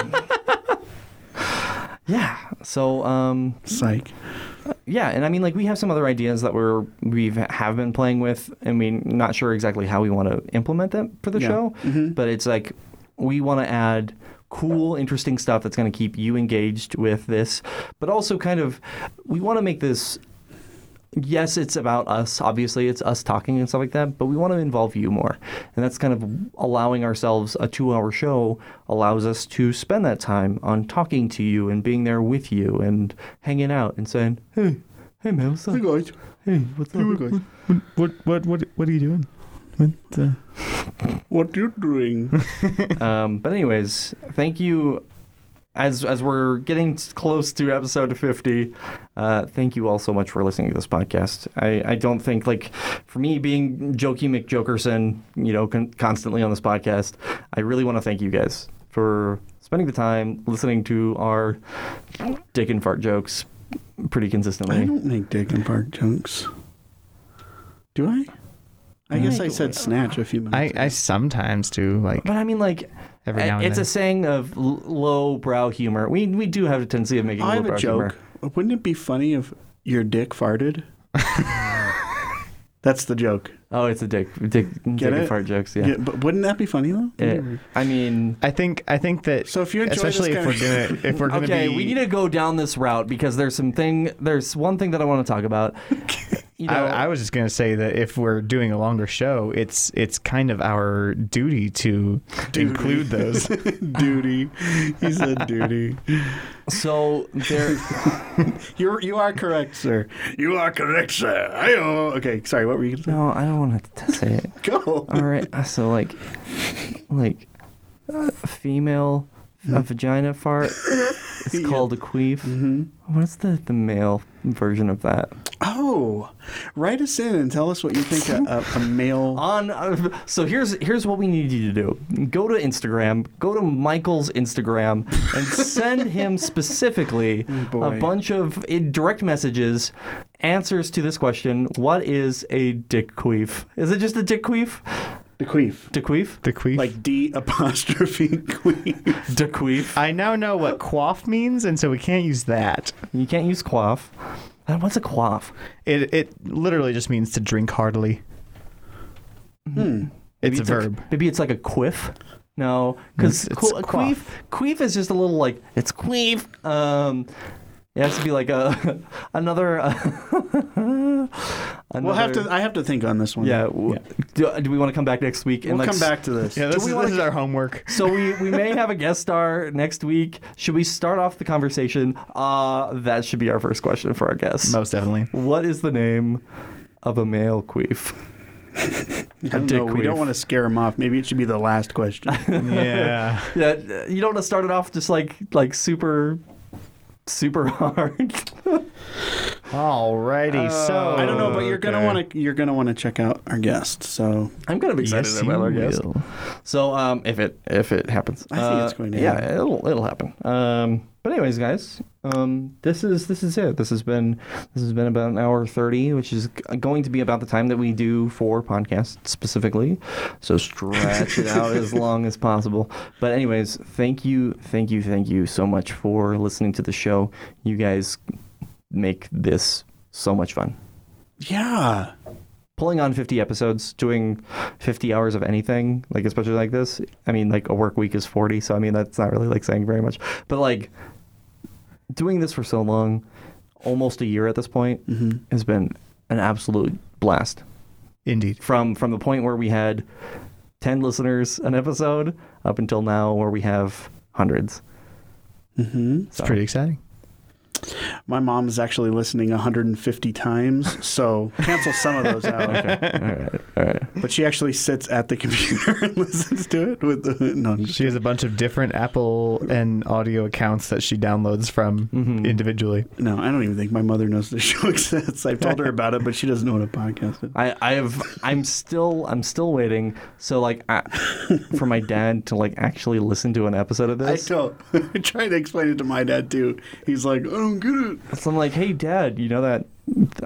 S3: yeah. So um,
S4: Psych.
S3: yeah, and I mean like we have some other ideas that we're we've have been playing with, and we not sure exactly how we want to implement them for the
S4: Yeah.
S3: show. But it's like we want to add cool, interesting stuff that's going to keep you engaged with this, but also kind of we want to make this yes, it's about us. Obviously, it's us talking and stuff like that, but we want to involve you more. And that's kind of allowing ourselves a two hour show allows us to spend that time on talking to you and being there with you and hanging out and saying, hey, hey, man, what's up?
S4: guys.
S3: Hey, what's up?
S2: What what what what are you doing? What, uh,
S4: What you doing?
S3: um, but, anyways, thank you. As, as we're getting s- close to episode 50, uh, thank you all so much for listening to this podcast. I, I don't think, like, for me being Jokey McJokerson, you know, con- constantly on this podcast, I really want to thank you guys for spending the time listening to our dick and fart jokes pretty
S4: I
S3: consistently.
S4: don't make dick and fart jokes. Do I? I guess I said snatch a few
S2: I
S4: minutes.
S2: I sometimes do like
S3: But I mean, like,
S2: Every now and
S3: it's
S2: then.
S3: a saying of l- low brow humor. We, we do have a tendency of making low
S4: I have
S3: brow
S4: a
S3: humor.
S4: joke. Wouldn't it be funny if your dick farted? That's the joke.
S3: Oh, it's a dick, dick, dick and
S4: it?
S3: fart jokes. Yeah.
S4: Yeah, but wouldn't that be funny though?
S3: It- I mean,
S2: I think I think that
S4: So if you enjoy this
S2: especially if
S4: kind
S2: we're
S4: of-
S2: gonna if we're gonna
S3: okay,
S2: be
S3: we need to go down this route because there's some thing. There's one thing that I want to talk about. You know,
S2: I, I was just gonna say that if we're doing a longer show, it's it's kind of our duty to include those.
S4: duty. He said duty.
S3: so there.
S4: You're you are correct, sir. You are correct, sir. I okay. Sorry, what were you going
S3: no, I don't want to say it.
S4: to go?
S3: All right. uh, So like, like, uh, female a vagina fart. It's called a queef. What's the the male version of that?
S4: Oh, write us in and tell us what you think a, a, a male.
S3: on uh, so here's here's what we need you to do go to instagram go to michael's instagram and send him specifically a
S4: boy.
S3: bunch of uh, direct messages answers to this question what is a dick queef is it just a dick queef
S4: The queef.
S3: dick queef
S2: the queef.
S4: Like D apostrophe queef.
S3: dick queef
S2: I now know what quaff means, and so we can't use that.
S3: you can't use quaff Uh, what's a quaff
S2: It it literally just means to drink heartily.
S4: Hmm.
S2: It's a
S3: like-
S2: verb.
S3: maybe it's like a quiff. No, because
S2: It's- it's
S3: queef queef is just a little like it's queef. Um, it has to be like a another.
S4: We'll have to.
S3: another-
S4: I have to think on this one.
S3: Yeah. w- Do, do we want to come back next week? And
S4: We'll
S3: like,
S4: come
S3: s-
S4: back to this.
S2: Yeah, this,
S3: we
S2: is,
S3: wanna
S2: this is our homework.
S3: So we, we may have a guest star next week. Should we start off the conversation? Uh, that should be our first question for our guest.
S2: Most definitely.
S3: What is the name of a male queef?
S4: I don't
S3: dick
S4: know, we don't
S3: queef.
S4: want to scare him off. Maybe it should be the last question.
S2: Yeah.
S3: Yeah, you don't want to start it off just like like super, super hard.
S2: Alrighty. so
S4: I don't know, but you're gonna want to. You're gonna want to check out our guest. So
S3: I'm kind of excited
S2: Yes,
S3: about
S2: you
S3: our guest. So um, if it if it happens,
S4: I think
S3: Uh,
S4: it's going to
S3: Yeah,
S4: happen.
S3: it'll it'll happen. Um, but anyways, guys, um, this is this is it. This has been this has been about an hour thirty, which is g- going to be about the time that we do for podcasts specifically. So stretch it out as long as possible. But anyways, thank you, thank you, thank you so much for listening to the show. You guys make this so much fun
S4: yeah,
S3: pulling on 50 episodes doing 50 hours of anything like especially like this i mean like a work week is 40 so i mean that's not really like saying very much but like doing this for so long almost a year at this point has been an absolute blast
S2: Indeed.
S3: from from the point where we had 10 listeners an episode up until now where we have hundreds.
S2: It's pretty exciting.
S4: My mom is actually listening 150 times, so cancel some of those out. But she actually sits at the computer and listens to it with the no. I'm just-
S2: She has a bunch of different Apple and audio accounts that she downloads from
S4: Mm-hmm.
S2: individually.
S4: No, I don't even think my mother knows this show exists. I've told her about it, but she doesn't know what a podcast is.
S3: I, I have I'm still I'm still waiting. So like I, for my dad to like actually listen to an episode of
S4: I
S3: this.
S4: don't. I try to explain it to my dad too. He's like, I don't get it.
S3: So I'm like, hey dad, you know that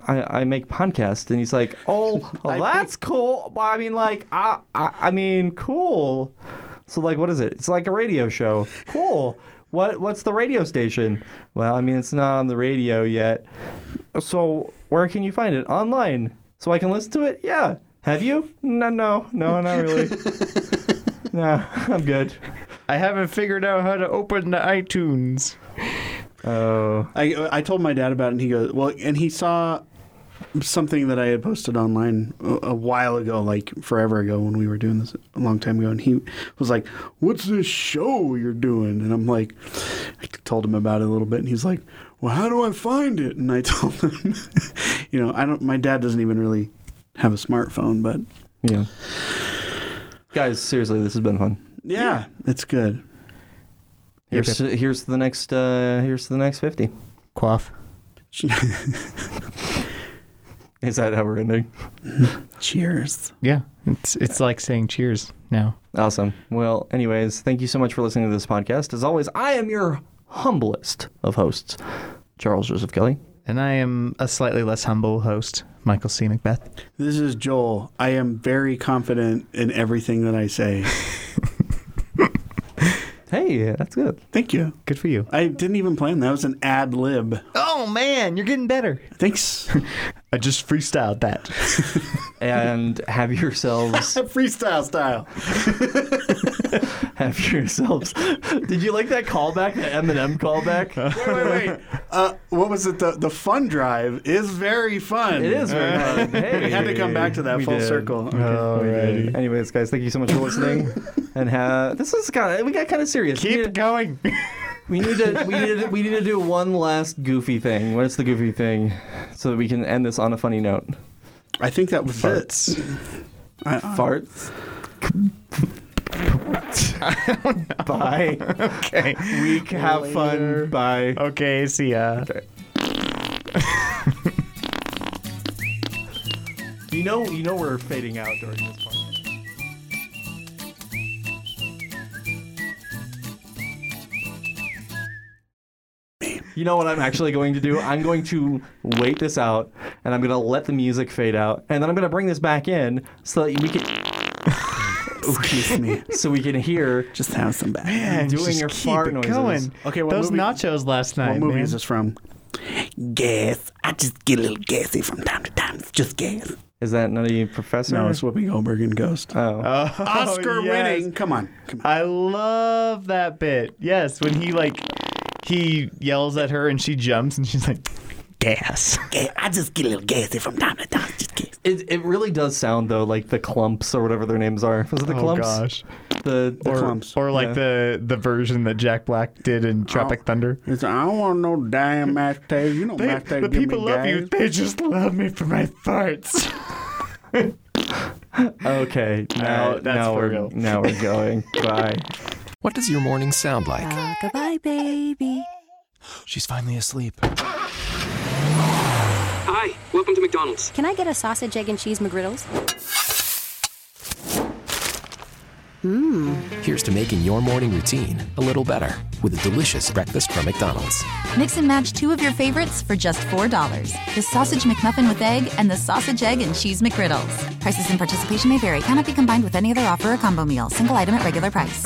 S3: I, I make podcasts, and he's like, oh, well, that's cool. Well, I mean, like I, I I mean, cool. So like, what is it? It's like a radio show. Cool. What what's the radio station? Well, I mean, it's not on the radio yet. So where can you find it? Online. So I can listen to it. Yeah. Have you? No, no, no, not really. no, I'm good.
S2: I haven't figured out how to open the iTunes.
S3: Oh,
S4: I I told my dad about it, and he goes, well, and he saw something that I had posted online a, a while ago, like forever ago when we were doing this a long time ago, and he was like, "What's this show you're doing?" And I'm like, I told him about it a little bit, and he's like, "Well, how do I find it?" And I told him, you know, I don't. My dad doesn't even really have a smartphone, but
S3: yeah. Guys, seriously, this has been fun.
S4: yeah, it's good.
S3: Here's to, here's to the next uh, here's to the next fifty.
S2: Quaff.
S3: Is that how we're ending?
S4: Cheers.
S2: Yeah, it's it's like saying cheers now.
S3: Awesome. Well, anyways, thank you so much for listening to this podcast. As always, I am your humblest of hosts, Charles Joseph Kelly.
S2: And I am a slightly less humble host, Michael C. Macbeth.
S4: This is Joel. I am very confident in everything that I say.
S3: Hey, that's good.
S4: Thank you.
S2: Good for you.
S4: I didn't even plan that. That was an ad lib.
S2: Oh man, you're getting better.
S4: Thanks.
S2: I just freestyled that.
S3: And have yourselves
S4: Freestyle style.
S3: have yourselves. Did you like that callback, the Eminem callback?
S4: Wait, wait, wait. Uh, what was it? The the fun drive is very fun. Uh,
S3: It is very fun. Hey,
S4: We had to come back to that
S3: we
S4: full
S3: did.
S4: circle.
S2: Uh, Alrighty.
S3: Anyways, guys, thank you so much for listening. And ha- this is kind of we got kind of serious. We need-
S2: Keep going.
S3: We need to we need to, we need to do one last goofy thing. What's the goofy thing, so that we can end this on a funny note?
S4: I think that was it. I- I-
S3: Farts. Bye.
S2: okay.
S3: Week. Have fun. Bye.
S2: Okay, see ya.
S3: You know you know we're fading out during this part. You know what I'm actually going to do? I'm going to wait this out, and I'm going to let the music fade out, and then I'm going to bring this back in so that we can
S4: Excuse me.
S3: so we can hear
S4: Just have some back.
S2: Man,
S3: doing
S2: just
S3: your
S2: keep
S3: fart
S2: it
S3: noises.
S2: going.
S4: Okay, what
S2: those
S4: movie-
S2: nachos last
S4: What
S2: night.
S4: movie
S2: man.
S4: is this from? Gas. I just get a little gassy from time to time. It's just gas.
S3: Is that Nutty Professor?
S4: No, it's Whoopi Goldberg and Ghost.
S3: oh.
S2: Oh,
S4: Oscar
S2: yes.
S4: winning. Come on. Come on.
S2: I love that bit. Yes, when he like he yells at her and she jumps and she's like, gas.
S7: I just get a little gassy from time to time. Just get.
S3: It, it really does sound though like the clumps or whatever their names are. Was it the
S2: Oh
S3: clumps?
S2: gosh.
S3: The, the
S4: Or- Clumps.
S2: Or like
S3: Yeah.
S2: the the version that Jack Black did
S4: Oh.
S2: in Tropic Thunder.
S4: It's, I don't want no damn hashtag. You know,
S2: They,
S4: hashtag
S2: the
S4: give me
S2: people love you.
S4: gas.
S2: They just love me for my farts.
S3: Okay, now
S2: right, that's
S3: now
S2: for
S3: we're
S2: real.
S3: now we're going. Bye.
S8: What does your morning sound like?
S7: Goodbye, baby.
S8: She's finally asleep.
S9: Hi, welcome to McDonald's.
S7: Can I get a sausage, egg, and cheese McGriddles?
S8: Here's to making your morning routine a little better with a delicious breakfast from McDonald's.
S10: Mix and match two of your favorites for just $4. The Sausage McMuffin with Egg and the Sausage Egg and Cheese McGriddles. Prices and participation may vary, cannot be combined with any other offer or combo meal, single item at regular price.